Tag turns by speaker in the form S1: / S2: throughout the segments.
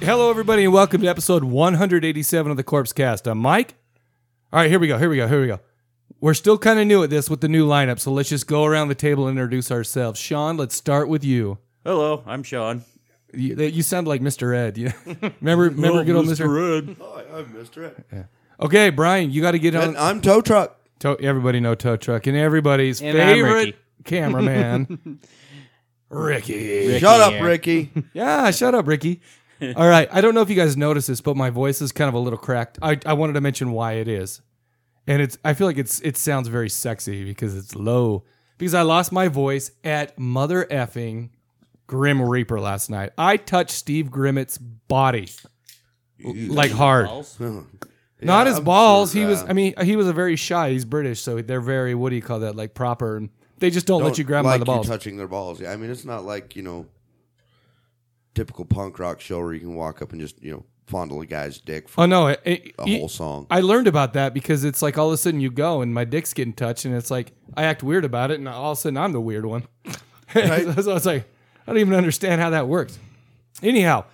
S1: Hello, everybody, and welcome to episode 187 of the Corpse Cast. I'm Mike. All right, here we go. Here we go. Here we go. We're still kind of new at this with the new lineup, so let's just go around the table and introduce ourselves. Sean, let's start with you.
S2: Hello, I'm Sean.
S1: You, that- you sound like Mr. Ed. You remember, remember good old Mr.
S2: Red.
S3: Hi, I'm Mr. Ed.
S1: Okay, Brian, you got to get on.
S3: And
S2: uh,
S3: I'm Tow Truck.
S1: To- everybody know tow truck and everybody's
S2: And I'm
S1: favorite
S2: Ricky.
S1: cameraman, Ricky.
S3: Shut up,
S2: here.
S3: Ricky.
S1: Yeah, shut up, Ricky. All right. I don't know if you guys noticed this, but my voice is kind of a little cracked. I, I wanted to mention why it is. And it's I feel like it's it sounds very sexy because it's low. Because I lost my voice at mother effing Grim Reaper last night. I touched Steve Grimmett's body. Like hard. Not
S3: Yeah,
S1: his
S3: I'm
S1: balls.
S3: sure,
S1: he was
S3: uh,
S1: I mean, he was a very shy. He's British, so they're very what do you call that? Like proper and they just don't, let
S3: Don't
S1: you grab him
S3: like
S1: by the
S3: you
S1: balls.
S3: touching their balls. Yeah, I mean, it's not like you know, typical punk rock show where you can walk up and just you know fondle a guy's dick for
S1: oh no, it, it-
S3: a
S1: he-
S3: whole song.
S1: I learned about that because it's like all of a sudden you go and my dick's getting touched and it's like I act weird about it and all of a sudden I'm the weird one.
S3: Right.
S1: so it's like I don't even understand how that works. Anyhow,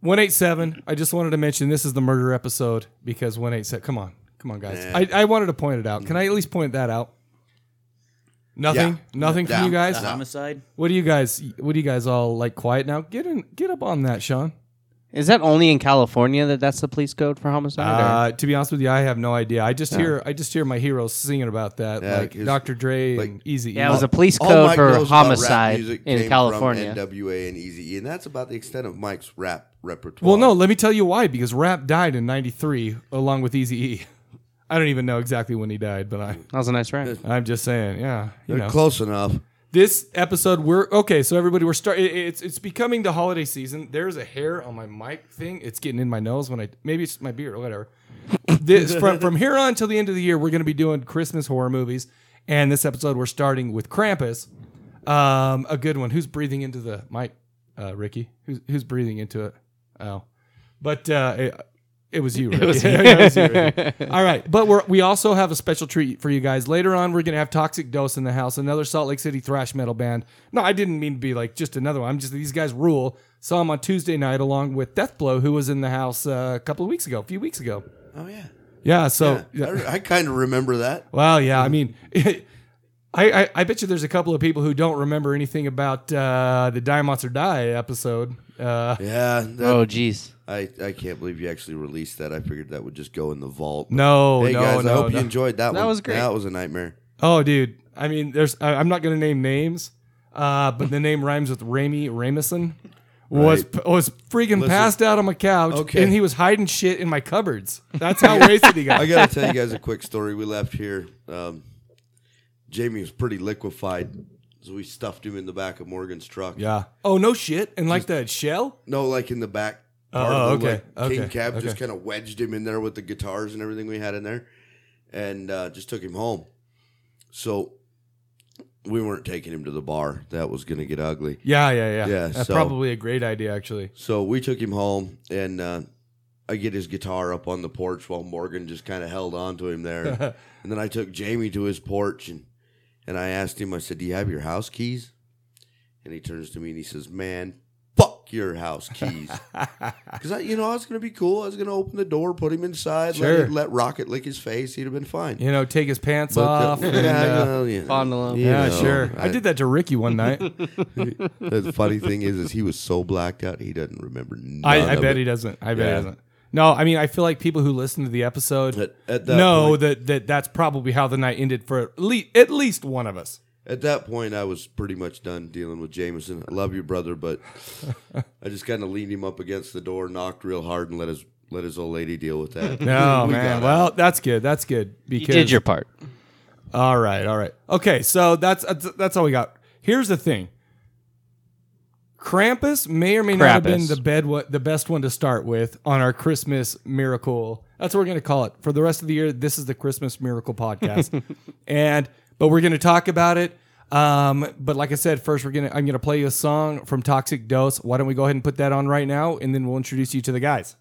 S1: 187, I just wanted to mention this is the murder episode because 187, come on, come on guys. I, I wanted to point it out. Can I at least point that out? Nothing,
S3: Yeah.
S1: nothing from
S3: Yeah.
S1: you guys.
S2: Homicide.
S1: What do you guys? What do you guys all like? Quiet now. Get in. Get up on that, Sean.
S4: Is that only in California that that's the police code for homicide? or-
S1: Uh, to be honest with you, I have no idea. I just hear I just hear my heroes singing about that,
S3: Yeah,
S1: like
S3: it's-
S1: Dr. Dre
S3: like-
S1: and E. Easy.
S4: yeah, it was a police
S3: All
S4: code
S3: Mike
S4: for
S3: knows about rap
S4: homicide
S3: music came
S4: in
S3: from
S4: California.
S3: NWA and Easy, and that's about the extent of Mike's rap repertoire.
S1: well, no, let me tell you why. Because Rap died in '93 along with Easy E. I don't even know exactly when he died, but I
S4: That was a nice rap.
S1: I'm just saying, yeah, you
S3: They're
S1: know.
S3: close enough.
S1: This episode, we're okay. So everybody, we're starting. It's it's becoming the holiday season. There's a hair on my mic thing. It's getting in my nose when I maybe it's my beard or whatever. this from from here on till the end of the year, we're going to be doing Christmas horror movies. And this episode, we're starting with Krampus, um, a good one. Who's breathing into the mic, uh, Ricky? Who's who's breathing into it? Oh, but uh, it, it was you. Ricky.
S4: was me.
S1: Yeah, it was you, Ricky. All right, but we're, we also have a special treat for you guys. Later on, we're gonna have Toxic Dose in the house, another Salt Lake City thrash metal band. No, I didn't mean to be like just another one. I'm just these guys rule. Saw them on Tuesday night along with Deathblow, who was in the house uh, a couple of weeks ago, a few weeks ago.
S3: Oh yeah,
S1: Yeah. So Oh, yeah.
S3: I, I kind of remember that.
S1: Well, yeah. I mean, I, I I bet you there's a couple of people who don't remember anything about uh, the Die Monster Die episode. Uh,
S3: Yeah, that-
S4: Oh, jeez.
S3: I I can't believe you actually released that. I figured that would just go in the vault.
S1: Oh, no,
S3: hey
S1: no,
S3: guys,
S1: no.
S3: I hope
S1: no.
S3: you enjoyed that.
S4: That
S3: one.
S4: was great.
S3: That was a nightmare.
S1: oh, dude. I mean, there's. I, I'm not gonna name names, uh, but the name rhymes with Ramy Ramison. Was was freaking passed out on my couch,
S3: Okay.
S1: and he was hiding shit in my cupboards. That's how wasted he got.
S3: I gotta tell you guys a quick story. We left here. Um, Jamie was pretty liquefied, so we stuffed him in the back of Morgan's truck.
S1: Yeah. Oh no shit! And like that shell.
S3: No, like in the back
S1: Oh,
S3: part of the
S1: okay,
S3: like, king
S1: okay,
S3: cab, just
S1: okay.
S3: kind of wedged him in there with the guitars and everything we had in there, and uh, just took him home. So we weren't taking him to the bar. That was gonna get ugly.
S1: Yeah, yeah, yeah.
S3: Yeah,
S1: That's
S3: so-
S1: probably a great idea, actually.
S3: So we took him home, and uh, I get his guitar up on the porch while Morgan just kind of held on to him there. and then I took Jamie to his porch, and and I asked him. I said, "Do you have your house keys?" And he turns to me and he says, "Man, fuck your house keys." Because I, you know, I was gonna be cool. I was gonna open the door, put him inside,
S1: Sure.
S3: let, let Rocket lick his face. He'd have been fine.
S1: You know, take his pants
S3: But, uh,
S1: off. and, uh,
S3: well, you know,
S4: fondle him.
S3: you
S1: Yeah,
S3: know,
S1: sure. I,
S3: I-
S1: did that to Ricky one night.
S3: The funny thing is, is he was so blacked out he doesn't remember. none
S1: I, I
S3: of
S1: bet
S3: it.
S1: he doesn't. I bet
S3: Yeah.
S1: he doesn't. No, I mean, I feel like people who listen to the episode
S3: At- at that
S1: know
S3: point-
S1: that, that that's probably how the night ended for at least, at least one of us.
S3: At that point, I was pretty much done dealing with Jameson. I love you, brother, but I just kind of leaned him up against the door, knocked real hard, and let his let his old lady deal with that.
S1: No,
S3: We
S1: man.
S3: got
S1: Well, that's good. That's good.
S4: You
S1: Because
S4: did your part.
S1: All right, all right. Okay, so that's that's, that's all we got. Here's the thing. Krampus may or may not have been
S4: Krampus.
S1: the bed what the best one to start with on our Christmas miracle. That's what we're going to call it. For the rest of the year, this is the Christmas miracle podcast. and but we're going to talk about it. Um, but like I said, first we're going to I'm going to play you a song from Toxic Dose. Why don't we go ahead and put that on right now and then we'll introduce you to the guys.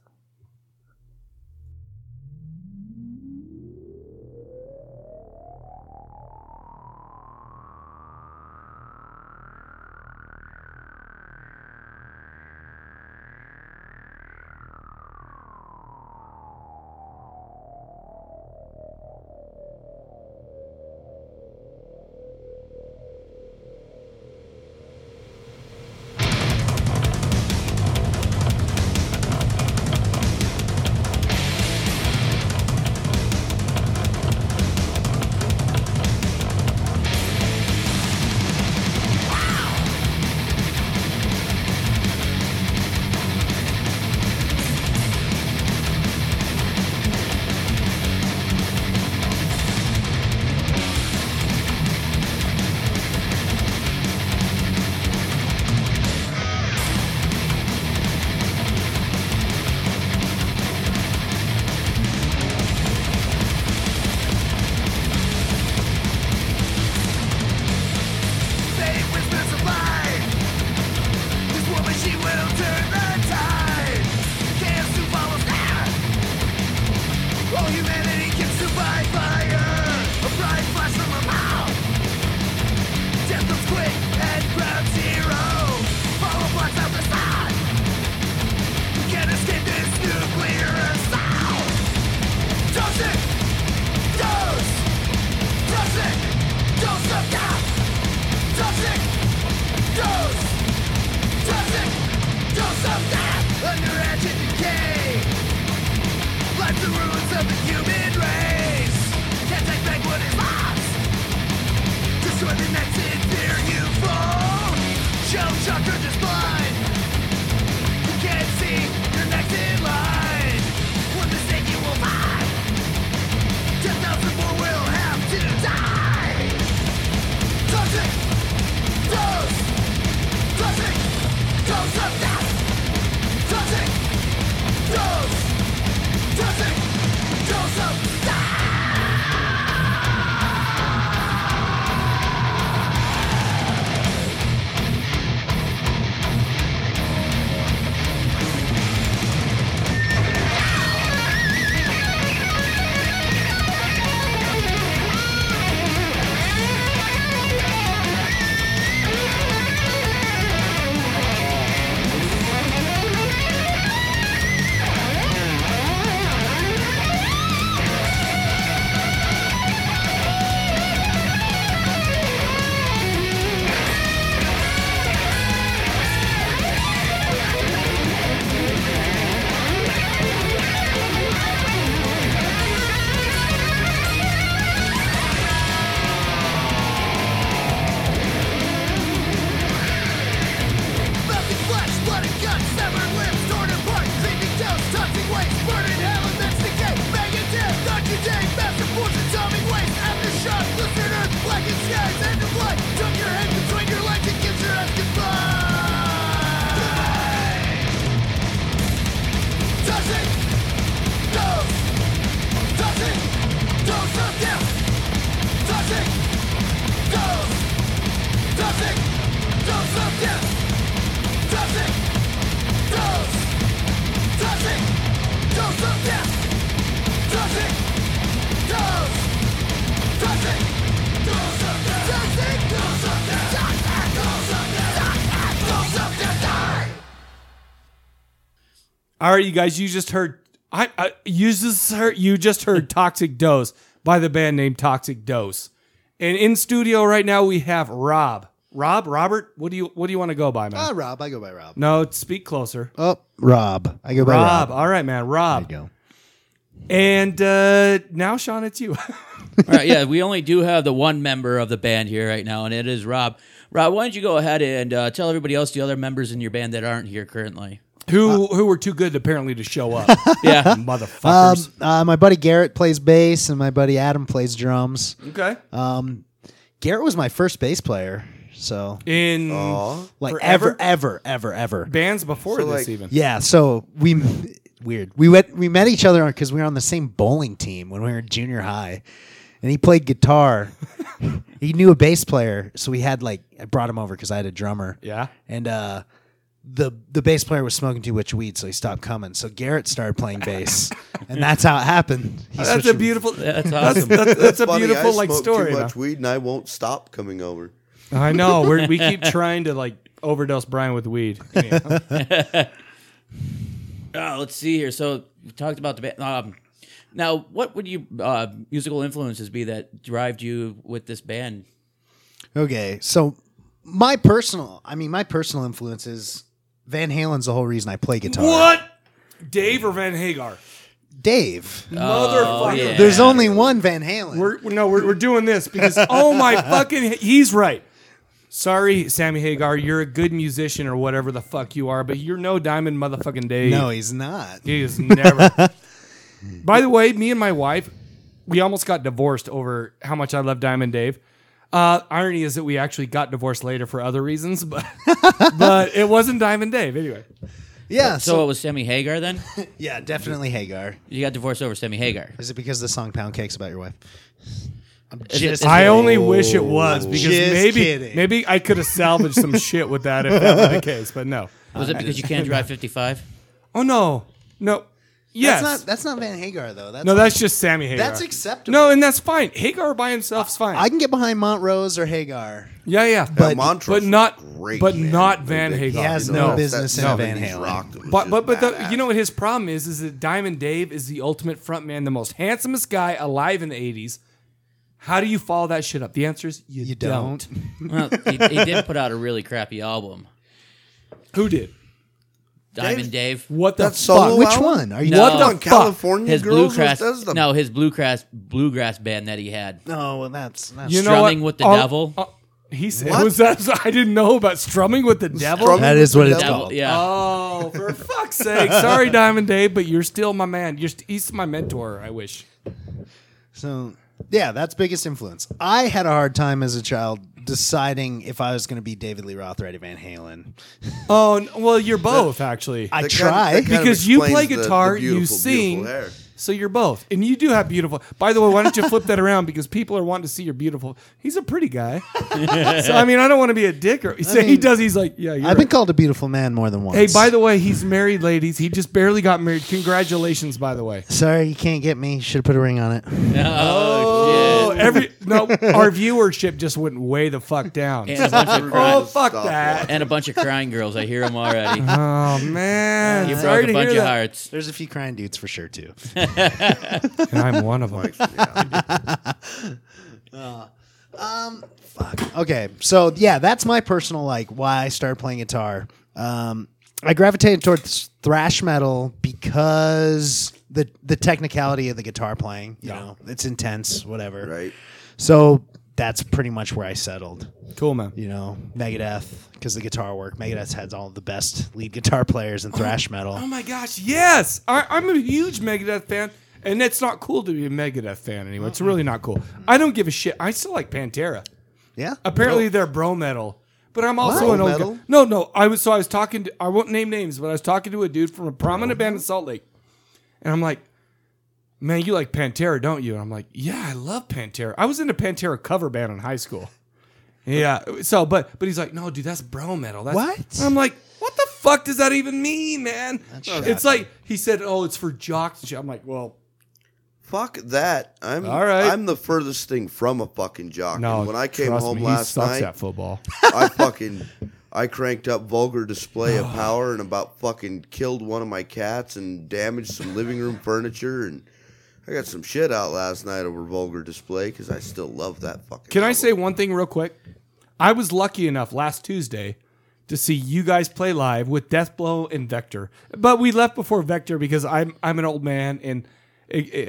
S2: Toxic dose! Toxic dose of death! Toxic dose! Toxic dose of death! Under edge and decay! Life the ruins of the human race! Can't take back what is lost! Destroy the next in fear you fall! Show chakra just blind! You can't see your next in line! One mistake you will find! Ten thousand more will have to die! Toxic dose! Toxic dose of death! Toxic dose! Toxic dose of death! Melting flesh, blood and guts, severed limbs, torn apart, creeping tails, touching waste, burning hell and that's the gate. Banging death, not today, master force and timing waste. Aftershock, blistered earth, blackened skies, end of life. Tuck your head between your legs and kiss your ass goodbye. Toxic dose, toxic dose of death, toxic dose, toxic dose of death. Toxic dose. Toxic dose of death. Toxic dose. Toxic dose of death. Toxic dose of death. Toxic dose of death. Toxic dose of death. Die.
S1: All right, you guys, you just heard. I, I you just heard. You just heard "Toxic Dose" by the band named Toxic Dose, and in studio right now we have Rob. Rob, Robert, what do you what do you want to go by, man?
S5: Uh,
S6: Ah, Rob. I go by Rob.
S1: no, speak closer.
S6: Oh, Rob. I go by
S1: Rob.
S6: Rob.
S1: All right, man.
S6: There you
S1: Rob.
S6: go.
S1: And uh, now, Sean, it's you.
S6: All right, yeah, we only do have the one member of the band here right now, and it is Rob. Rob, why don't you go ahead and uh, tell everybody else the other members in your band that aren't here currently?
S1: who who were too good apparently to show up,
S6: Yeah,
S1: motherfuckers.
S5: uh, my buddy Garrett plays bass, and my buddy Adam plays drums.
S1: okay.
S5: Um, Garrett was my first bass player, so
S1: In
S5: like
S1: Forever?
S5: ever, ever, ever, ever.
S1: bands before
S3: uh, So,
S1: this,
S3: like-
S1: even.
S5: Yeah, so we weird. We went we met each other because we were on the same bowling team when we were in junior high, and he played guitar. he knew a bass player, so we had like I brought him over because I had a drummer.
S1: Yeah.
S5: and uh, the the bass player was smoking too much weed, so he stopped coming. So Garrett started playing bass, and that's how it happened. He
S1: That's a
S5: switched-
S1: beautiful.
S6: that's
S1: That's,
S6: awesome.
S1: that's, that's a
S3: Funny,
S1: beautiful
S3: I
S1: like
S3: smoke
S1: story.
S3: Too
S1: though.
S3: much weed, and I won't stop coming over.
S1: I know. We're, we keep trying to like overdose Brian with weed. Anyhow.
S6: Uh, let's see here. So we talked about the band. Um, now, what would you uh, musical influences be that derived you with this band?
S5: Okay, so my personal, I mean, my personal influence is Van Halen's the whole reason I play guitar.
S1: what? Dave or Van Hagar?
S5: Dave?
S1: Motherfucker.
S6: yeah.
S5: There's only one Van Halen.
S1: We're, no, we're, we're doing this because oh my fucking, he's right. Sorry, Sammy Hagar, you're a good musician or whatever the fuck you are, but you're no diamond motherfucking Dave.
S5: no, he's not.
S1: He is never. By the way, me and my wife, we almost got divorced over how much I love Diamond Dave. Uh, irony is that we actually got divorced later for other reasons, but but it wasn't Diamond Dave anyway.
S5: Yeah,
S6: So,
S5: so
S6: it was Sammy Hagar then?
S5: yeah, definitely Hagar.
S6: You got divorced over Sammy Hagar.
S5: Is it because the song "Pound Cake's" about your wife? I'm
S6: Is it- is
S5: just.
S1: I
S6: it-
S1: only wish it was
S5: I'm
S1: because
S5: just
S1: maybe
S5: kidding.
S1: maybe I could have salvaged some shit with that if that were the case, but no.
S6: Was it because you can't drive 55?
S1: Oh no, no, yes,
S5: that's not that's not Van Hagar though. That's
S1: no, that's just Sammy Hagar.
S5: That's acceptable.
S1: No, and that's fine. Hagar by himself's fine.
S5: I can get behind Montrose or Hagar.
S1: yeah, yeah,
S5: But-
S3: Montrose
S1: but not-
S3: was great,
S1: but
S3: man.
S1: not
S3: They-
S1: Van
S3: they-
S1: Hagar. He
S5: has
S3: you know,
S1: no
S3: that's-
S5: business
S3: that's
S5: in a
S3: how
S5: Van
S3: they
S5: Halen.
S3: rocked. It was
S1: But
S3: just
S1: but but the,
S3: badass.
S1: you know what his problem is is that Diamond Dave is the ultimate frontman, the most handsomest guy alive in the eighties. How do you follow that shit up? The answer is you,
S5: You
S1: don't.
S5: don't.
S6: Well, he, he did put out a really crappy album.
S1: Who did?
S6: Diamond Dave.
S1: What the
S3: That
S1: fuck?
S3: solo
S5: Which
S3: album?
S5: one? Are you?
S6: No.
S1: What the
S3: on
S1: fuck?
S3: California
S6: His
S3: girls
S6: bluegrass.
S3: was- that's the-
S6: No, his bluegrass bluegrass band that he had.
S5: No, well, that's that's
S1: You know
S6: Strumming
S1: what?
S6: with the
S1: All-
S6: Devil?
S1: uh, he said
S3: What?
S1: was that I didn't know about strumming with the devil.
S3: Strumming
S5: that is
S3: with
S5: what
S3: the
S5: it's
S3: devil.
S5: called.
S6: Yeah.
S1: Oh, for fuck's sake! Sorry, Diamond Dave, but you're still my man. You're st- he's my mentor. I wish.
S5: So yeah, that's biggest influence. I had a hard time as a child deciding if I was going to be David Lee Roth or Eddie Van Halen.
S1: Oh n- well, you're both actually.
S5: I
S3: That kinda-
S5: try.
S3: that kind of
S1: Because you
S3: explains
S1: play
S3: the- the
S1: guitar, you
S3: beautiful,
S1: sing.
S3: beautiful hair.
S1: So you're both, and you do have beautiful. By the way, why don't you flip that around? Because people are wanting to see your beautiful. He's a pretty guy, so I mean, I don't want to be a dick. Or so he
S5: mean,
S1: does. He's like, yeah, you're.
S5: I've been
S1: right.
S5: called a beautiful man more than once.
S1: hey, by the way, he's married, ladies. He just barely got married. Congratulations, by the way.
S5: sorry, you can't get me. Should have put a ring on it.
S6: Oh,
S1: Oh, every no, our viewership just went way the fuck down.
S6: shit. And a bunch of
S1: oh
S6: crying,
S1: fuck
S3: Stop
S1: that!
S6: and a bunch of crying girls. I hear them already.
S1: Oh man,
S6: You
S1: Sorry
S6: broke
S1: to
S6: a
S1: hear
S6: bunch of
S1: that.
S6: hearts.
S5: There's a few crying dudes for sure too.
S1: And I'm one of them.
S5: okay, so yeah, that's my personal like why I started playing guitar. Um, I gravitated towards thrash metal because the the technicality of the guitar playing, you know, it's intense, whatever.
S3: Right.
S5: So that's pretty much where I settled.
S1: Cool man.
S5: You know, Megadeth because the guitar work. Megadeth has all the best lead guitar players in thrash metal.
S1: Oh my gosh, yes! I, I'm a huge Megadeth fan, and it's not cool to be a Megadeth fan anyway. It's really not cool. I don't give a shit. I still like Pantera.
S5: yeah.
S1: Apparently, they're bro metal, but I'm also
S3: Bro
S1: an old guy-
S3: metal?
S1: No, no. I was so I was talking. To, I won't name names, but I was talking to a dude from a prominent band in Salt Lake, and I'm like, "Man, you like Pantera, don't you?" And I'm like, "Yeah, I love Pantera. I was in a Pantera cover band in high school." Yeah. So, but but he's like, "No, dude, that's bro metal." That's,
S5: What?
S1: And I'm like. What the fuck does that even mean, man? It's like he said, "Oh, it's for jocks." and shit." I'm like, "Well,
S3: Fuck that. I'm
S1: All right.
S3: I'm the furthest thing from a fucking jock.
S1: no."
S3: And when I came
S1: trust
S3: home
S1: me, he
S3: last
S1: sucks
S3: night,
S1: at football.
S3: I fucking I cranked up vulgar display of power and about fucking killed one of my cats and damaged some living room furniture and I got some shit out last night over vulgar display because I still love that fucking.
S1: Can I
S3: album.
S1: say one thing real quick? I was lucky enough last Tuesday to see you guys play live with Deathblow and Vector. But we left before Vector because I'm I'm an old man and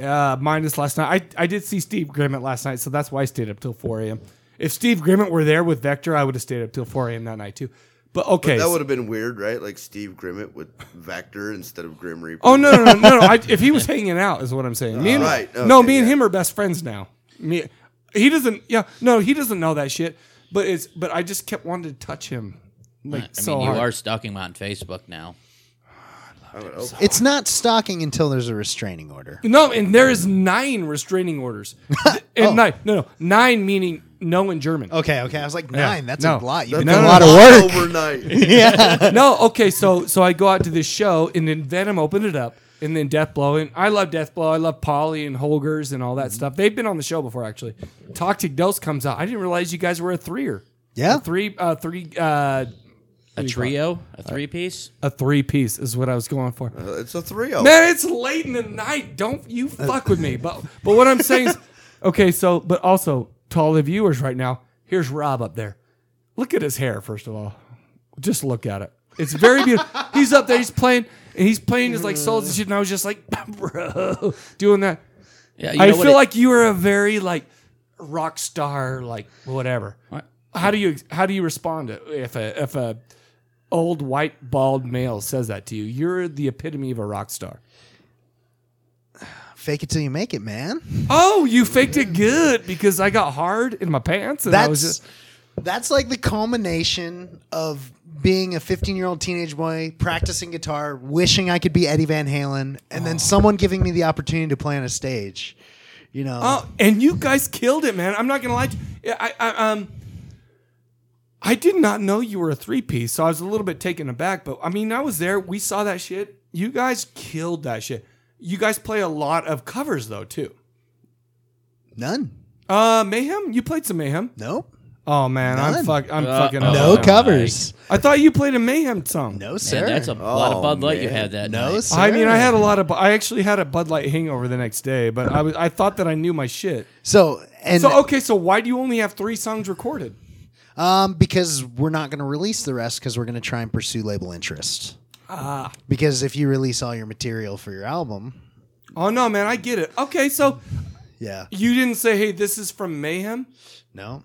S1: uh, minus last night. I, I did see Steve Grimmett last night, so that's why I stayed up till 4 a.m. If Steve Grimmett were there with Vector, I would have stayed up till 4 a.m. that night too. But okay,
S3: That would have been weird, right? Like Steve Grimmett with Vector instead of Grim Reaper.
S1: Oh no no no no! no. I, if he was hanging out, is what I'm saying. Me and,
S3: Right,
S1: no,
S3: okay,
S1: me and
S3: yeah.
S1: him are best friends now. Me, he doesn't. Yeah, no, he doesn't know that shit. But it's but I just kept wanting to touch him. Like
S6: I mean,
S1: so
S6: you
S1: hard.
S6: are stalking him on Facebook now.
S3: I would hope.
S5: It's not stalking until there's a restraining order.
S1: No, and there is nine restraining orders. and
S3: Oh.
S1: nine, no, no, nine meaning no in German.
S5: Okay, okay. I was like nine. That's
S1: No.
S5: a lot. You
S1: That's
S5: did
S1: a
S5: a
S1: lot
S5: lot of work.
S3: overnight.
S1: no, okay, so so I go out to this show, and then Venom opened it up, and then Deathblow, and I love Deathblow, I love Polly and Holgers and all
S3: Mm-hmm.
S1: that stuff. They've been on the show before, actually. Toxic Dose comes out. I didn't realize you guys were a threer.
S5: Yeah.
S1: a three, uh, three, uh,
S6: A trio, a three piece.
S1: a three piece is what I was going for.
S3: Uh, It's a 3 0.
S1: Man, it's late in the night. Don't you fuck with me. But but what I'm saying is, okay. So, but also to all the viewers right now, here's Rob up there. Look at his hair. First of all, just look at it. It's very beautiful. he's up there. He's playing and he's playing his like souls and shit. And I was just like, bro, doing that.
S6: Yeah,
S1: I
S6: know what
S1: feel
S6: it-
S1: like you are a very like rock star, like whatever.
S6: What?
S1: How do you how do you respond to- if a if a old white bald male says that to you? You're the epitome of a rock star.
S5: Fake it till you make it, man.
S1: Oh, you faked it good because I got hard in my pants and I was
S5: That's
S1: just
S5: that's like the culmination of being a 15 year old teenage boy practicing guitar, wishing I could be Eddie Van Halen, and
S1: Oh.
S5: then someone giving me the opportunity to play on a stage. You know,
S1: Oh, and you guys killed it, man. I'm not gonna lie. To you. I, I um, I did not know you were a three piece, so I was a little bit taken aback. But I mean, I was there. We saw that shit. You guys killed that shit. You guys play a lot of covers though too.
S5: none.
S1: Uh, Mayhem. You played some Mayhem.
S5: Nope.
S1: Oh man, I'm
S5: None.
S1: fuck. I'm
S6: Uh,
S1: fucking.
S6: oh.
S1: Up.
S5: No
S6: my.
S5: covers.
S1: I thought you played a Mayhem song.
S5: No, sir.
S6: Man, that's a lot of
S3: Oh,
S6: Bud Light you
S3: man.
S6: had that
S5: no,
S6: night.
S5: sir.
S1: I mean, I had a lot of. I actually had a Bud Light hangover the next day, but I was. I thought that I knew my shit.
S5: So, and
S1: So okay, so why do you only have three songs recorded?
S5: um, because we're not going to release the rest because we're going to try and pursue label interest. Ah. Because if you release all your material for your album,
S1: Oh no, man, I get it. Okay, so
S5: yeah.
S1: you didn't say, "Hey, this is from Mayhem."
S5: No.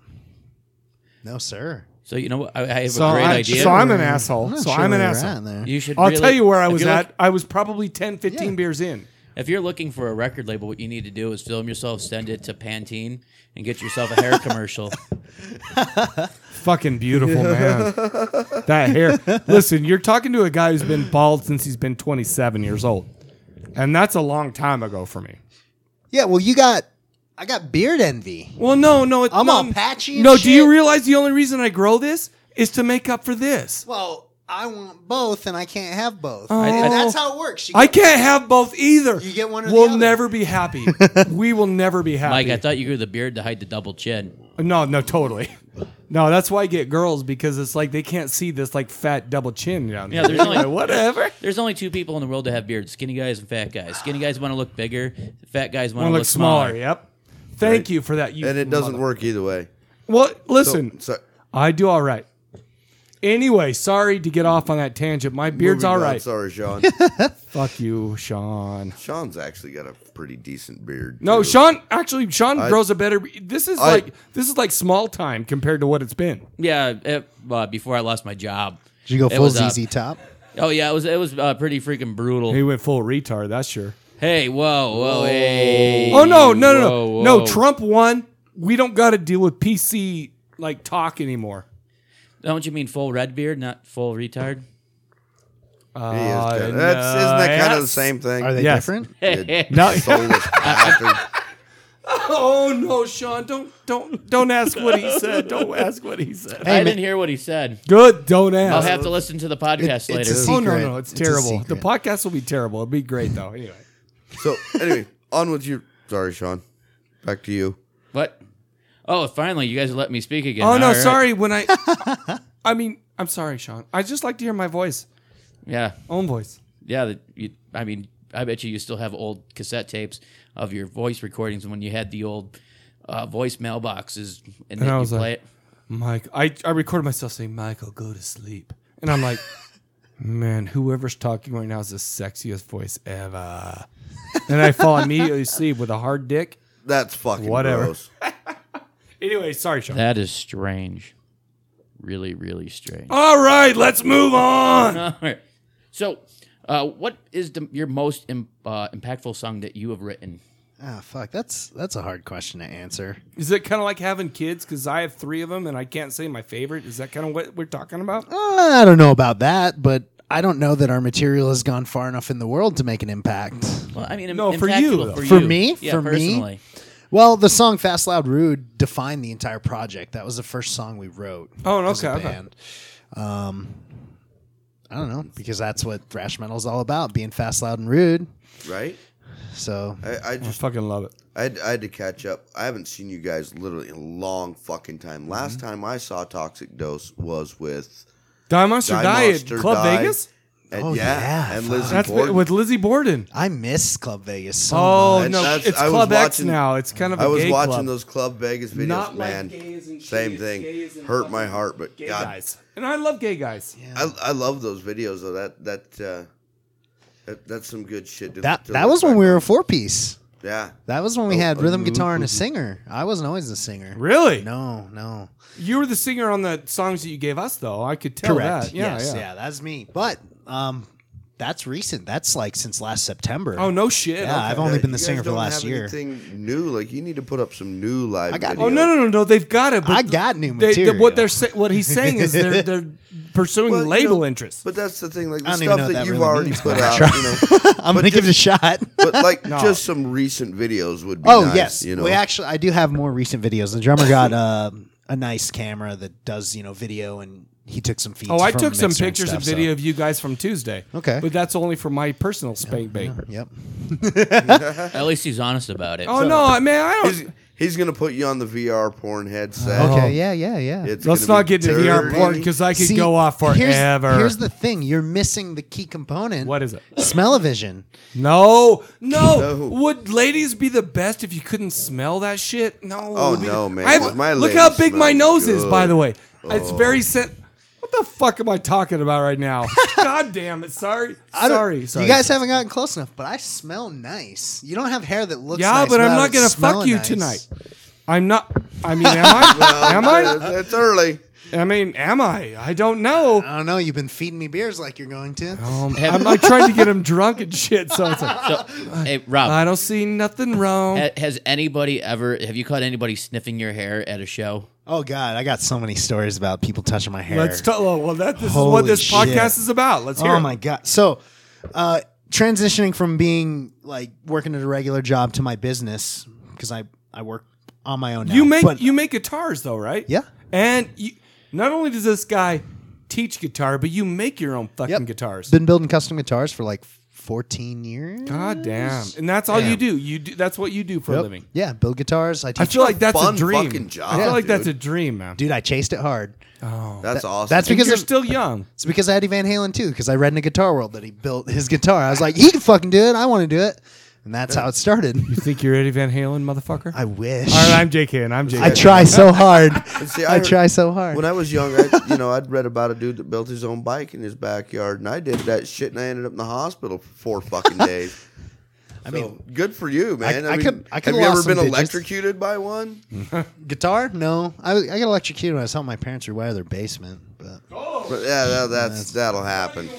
S5: No, sir.
S6: So you know what? I, I have
S1: So
S6: a great
S1: I-
S6: idea.
S1: so I'm an asshole. so I'm an
S5: where you're
S1: asshole.
S5: at there.
S6: you should.
S1: I'll
S6: really-
S1: tell you where I
S6: if
S1: was
S6: you're
S1: at.
S6: look-
S1: I was probably 10, 15 beers in.
S6: if you're looking for a record label, what you need to do is film yourself, send it to Pantene, and get yourself a hair commercial.
S1: Fucking beautiful, man. that hair. Listen, you're talking to a guy who's been bald since he's been 27 years old, and that's a long time ago for me.
S5: Yeah, well, you got, I got beard envy.
S1: Well, no, no, it,
S5: I'm
S1: no,
S5: all patchy and
S1: no, do you
S5: shit.
S1: realize the only reason I grow this is to make up for this?
S5: Well, I want both, and I can't have both.
S1: I-
S5: and that's how it works. You
S1: Oh. I can't have both either.
S5: You get one or the
S1: We'll
S5: other.
S1: never be happy. we will never be happy.
S6: Mike, I thought you grew the beard to hide the double chin.
S1: No, no, totally. No, that's why I get girls because it's like they can't see this like fat double chin down
S6: Yeah,
S1: there.
S6: there's only-
S1: Like, whatever.
S6: There's only two people in the world that have beards: skinny guys and fat guys. Skinny guys want to look bigger. Fat guys want
S1: Want
S6: to
S1: to
S6: look, smaller.
S1: Yep. Thank you for that. You
S3: And it doesn't
S1: mother-
S3: work either way.
S1: Well,
S3: So-
S1: listen,
S3: so-
S1: I do all right. Anyway, sorry to get off on that tangent. My beard's
S3: moving
S1: all
S3: on.
S1: right.
S3: Sorry, Sean.
S1: Fuck you, Sean.
S3: Sean's actually got a pretty decent beard.
S1: No,
S3: too.
S1: Sean. Actually, Sean
S3: I-
S1: grows a better. This is
S3: I-
S1: like this is like small time compared to what it's been.
S6: Yeah, it, uh, before I lost my job.
S5: Did you go
S6: It
S5: full
S6: was, uh,
S5: ZZ Top?
S6: Oh yeah, it was it was uh, pretty freaking brutal.
S1: He went full retard. That's sure.
S6: Hey, whoa, whoa, hey.
S1: Oh no, no, no, no,
S6: whoa,
S1: no!
S6: whoa.
S1: Trump won. We don't got to deal with PC like talk anymore.
S6: Don't you mean full red beard, not full retard?
S1: Uh,
S3: He is kinda- that's, isn't that kind of the same thing?
S5: Are they
S1: yes.
S5: different?
S1: No.
S3: Soulless bastard.
S1: Oh no, Sean! Don't don't don't ask what he said. Don't ask what he said.
S6: I
S5: man.
S6: didn't hear what he said.
S1: Good. Don't
S6: I'll
S1: ask.
S6: have to listen to the podcast
S5: It-
S6: later.
S5: it's a
S1: oh no,
S5: secret.
S1: no, it's,
S5: It's a
S1: terrible. The
S5: secret.
S1: podcast will be terrible. It'll be great though. Anyway,
S3: So anyway, on with your. Sorry, Sean. Back to you.
S6: what? Oh, finally, you guys let me speak again.
S1: oh no,
S6: All right.
S1: sorry. When I, I mean, I'm sorry, Sean. I just like to hear my voice,
S6: Yeah,
S1: own voice.
S6: yeah. The, you, I mean, I bet you you still have old cassette tapes of your voice recordings when you had the old uh, voicemail boxes and, then
S1: I
S6: you
S1: was like-
S6: play it.
S1: Mike, I, I recorded myself saying, Michael, go to sleep. And I'm like, man, whoever's talking right now is the sexiest voice ever. and I fall immediately asleep with a hard dick.
S3: That's fucking
S1: Whatever.
S3: gross.
S1: Anyway, sorry, Sean.
S6: That is strange. Really, really strange.
S1: All right, let's move on.
S6: All right. So, uh, what is the, your most Im- uh, impactful song that you have written?
S5: Ah, fuck. That's that's a hard question to answer.
S1: Is it kind of like having kids? Because I have three of them, and I can't say my favorite. Is that kind of what we're talking about?
S5: Uh, I don't know about that, but I don't know that our material has gone far enough in the world to make an impact.
S6: Well, I mean, im-
S1: No, for
S6: impactful
S1: you, though.
S6: For,
S5: For
S6: you.
S5: me?
S6: Yeah,
S5: For me?
S6: personally.
S5: Well, the song "Fast, Loud, Rude" defined the entire project. That was the first song we wrote.
S1: Oh,
S5: as a
S1: okay, okay.
S5: band. Um, I don't know because that's what thrash metal's all about: being fast, loud, and rude.
S3: Right?
S5: So
S3: I, I
S1: I
S3: just
S1: fucking love it.
S3: I had, I had to catch up. I haven't seen you guys literally in a long fucking time. Last
S5: Mm-hmm.
S3: time I saw Toxic Dose was with
S1: Die Monster
S3: Die
S1: Die,
S3: Monster
S1: at Club
S3: Die.
S1: Vegas.
S3: and,
S5: Oh,
S3: yeah,
S5: yeah,
S3: and
S5: fuck.
S3: Lizzie
S1: That's
S3: Borden.
S1: with Lizzie Borden.
S5: I miss Club Vegas so
S1: Oh
S5: much.
S1: no,
S3: That's-
S1: it's
S3: I was
S1: Club X
S3: watching-
S1: now. It's kind of a
S3: I was
S1: gay
S3: watching
S1: club.
S3: those Club Vegas videos,
S1: Not like
S3: man.
S1: gays and
S3: Same
S1: shitties, gays
S3: thing.
S1: and
S3: Hurt
S1: fucking
S3: my heart, but
S1: gay
S3: God,
S1: guys, and I love gay guys.
S3: I, I love those videos though. That that uh, that that's some good shit. to-
S5: That
S3: to
S5: that
S3: look
S5: was when
S3: back
S5: we
S3: on.
S5: were a four piece.
S3: Yeah,
S5: That was when we
S3: Oh,
S5: had
S3: oh,
S5: rhythm guitar and a singer. I wasn't always the singer.
S1: mm-hmm. Really?
S5: No, no.
S1: You were the singer on the songs that you gave us, though. I could tell that. Yeah,
S5: yes,
S1: yeah.
S5: yeah. That's me. But um, that's recent. That's like since last September.
S1: Oh no shit.
S5: Yeah,
S1: okay.
S5: I've only
S3: Yeah,
S5: been the
S3: you guys
S5: singer for
S3: don't
S5: last
S3: have
S5: year.
S3: Anything new? Like you need to put up some new live.
S5: I got-
S1: Oh no, no, no, no! They've got it. But
S5: I got new
S1: they- they-
S5: material.
S1: what they're sa- what he's saying is they're they're pursuing
S3: Well, you
S1: label
S3: know,
S1: interests.
S3: But that's the thing, like
S5: I
S3: the
S5: don't even
S3: stuff
S5: know
S3: that,
S5: what that
S3: you've
S5: really
S3: already
S5: means,
S3: put
S5: but
S3: out,
S5: I'll
S3: you know.
S5: I'm gonna give it a shot.
S3: But like
S1: No.
S3: just some recent videos would be.
S5: oh
S3: nice,
S5: yes,
S3: you know.
S5: we actually I do have more recent videos. The drummer got uh, a nice camera that does you know video, and he took some feeds.
S1: oh, I
S5: from
S1: took some
S5: mixer and
S1: pictures
S5: stuff,
S1: and
S5: so-
S1: video of you guys from Tuesday.
S5: Okay.
S1: but that's only for my personal spank bank.
S5: Yep.
S6: At least he's honest about it.
S1: Oh no, I man! I
S3: he's,
S1: don't.
S3: he's gonna put you on the VR porn headset.
S5: Okay. Yeah. Yeah. Yeah.
S3: It's
S1: Let's
S3: gonna
S1: not
S3: be
S1: get into VR porn
S3: dirty.
S1: because I could
S5: Oh. See,
S1: go off
S5: here's-
S1: forever.
S5: Here's, the thing: you're missing the key component.
S1: What is it?
S5: Smell-o-vision.
S1: No, no.
S3: No.
S1: Would ladies be the best if you couldn't smell that shit? No. it
S3: Oh,
S1: would be
S3: no,
S1: the-
S3: man.
S1: I have-
S3: My
S1: look
S3: lady
S1: how big my
S3: smells
S1: nose is, by
S3: good.
S1: the way. It's
S5: Oh.
S1: very scent. What the fuck am I talking about right now? God damn it! Sorry,
S5: I don't-
S1: sorry, sorry.
S5: You guys haven't gotten close enough, but I smell nice. You don't have hair that looks.
S1: Yeah,
S5: nice,
S1: but I'm
S5: I
S1: not
S5: don't
S1: gonna
S5: smell
S1: fuck you
S5: nice.
S1: tonight. I'm not. I mean, am I? am I?
S3: It's early.
S1: I mean, am I? I don't know.
S5: I don't know. You've been feeding me beers like you're going to.
S1: Um, I'm like trying to get him drunk and shit. So it's like,
S6: So, hey, Rob,
S1: I don't see nothing wrong.
S6: ha- has anybody ever, have you caught anybody sniffing your hair at a show?
S5: Oh God, I got so many stories about people touching my hair.
S1: Let's talk. Well, that this is what
S5: Holy
S1: this podcast
S5: shit.
S1: is about. Let's hear.
S5: Oh
S1: it.
S5: my god. So, uh, transitioning from being like working at a regular job to my business because I I work on my own. Now,
S1: You make
S5: but
S1: you make guitars though, right?
S5: Yeah.
S1: And you, not only does this guy teach guitar, but you make your own fucking
S5: Yep.
S1: guitars.
S5: been building custom guitars for like 14 years.
S1: God damn! And that's all you do. You do. That's what you do for a
S5: Yep.
S1: living.
S5: Yeah, build guitars. I teach.
S1: I feel like that's
S3: fun
S1: a dream.
S3: fucking job,
S1: I feel like
S3: dude.
S1: that's a dream, man.
S5: dude, I chased it hard.
S3: That's awesome.
S5: Oh. That's
S1: because
S5: because
S1: you're
S5: of-
S1: still young.
S5: It's because I had Van Halen too. Because I read in a Guitar World that he built his guitar. I was like, he can fucking do it. I want to do it, and that's how it started.
S1: You think you're Eddie Van Halen, motherfucker?
S5: I wish.
S1: all right, I'm JK, and I'm JK.
S5: I try so hard.
S3: See,
S5: I
S3: heard-
S5: try so hard.
S3: When I was young, I, you know, I'd read about a dude that built his own bike in his backyard, and I did that shit, and I ended up in the hospital for four fucking days. I mean, good for you, man.
S5: I could- I could
S3: have you ever
S5: lost some
S3: been
S5: digits.
S3: electrocuted by one?
S5: Guitar? No. I, was- I got electrocuted when I was helping my parents rewire their basement. But
S3: But yeah, that, that's that'll happen.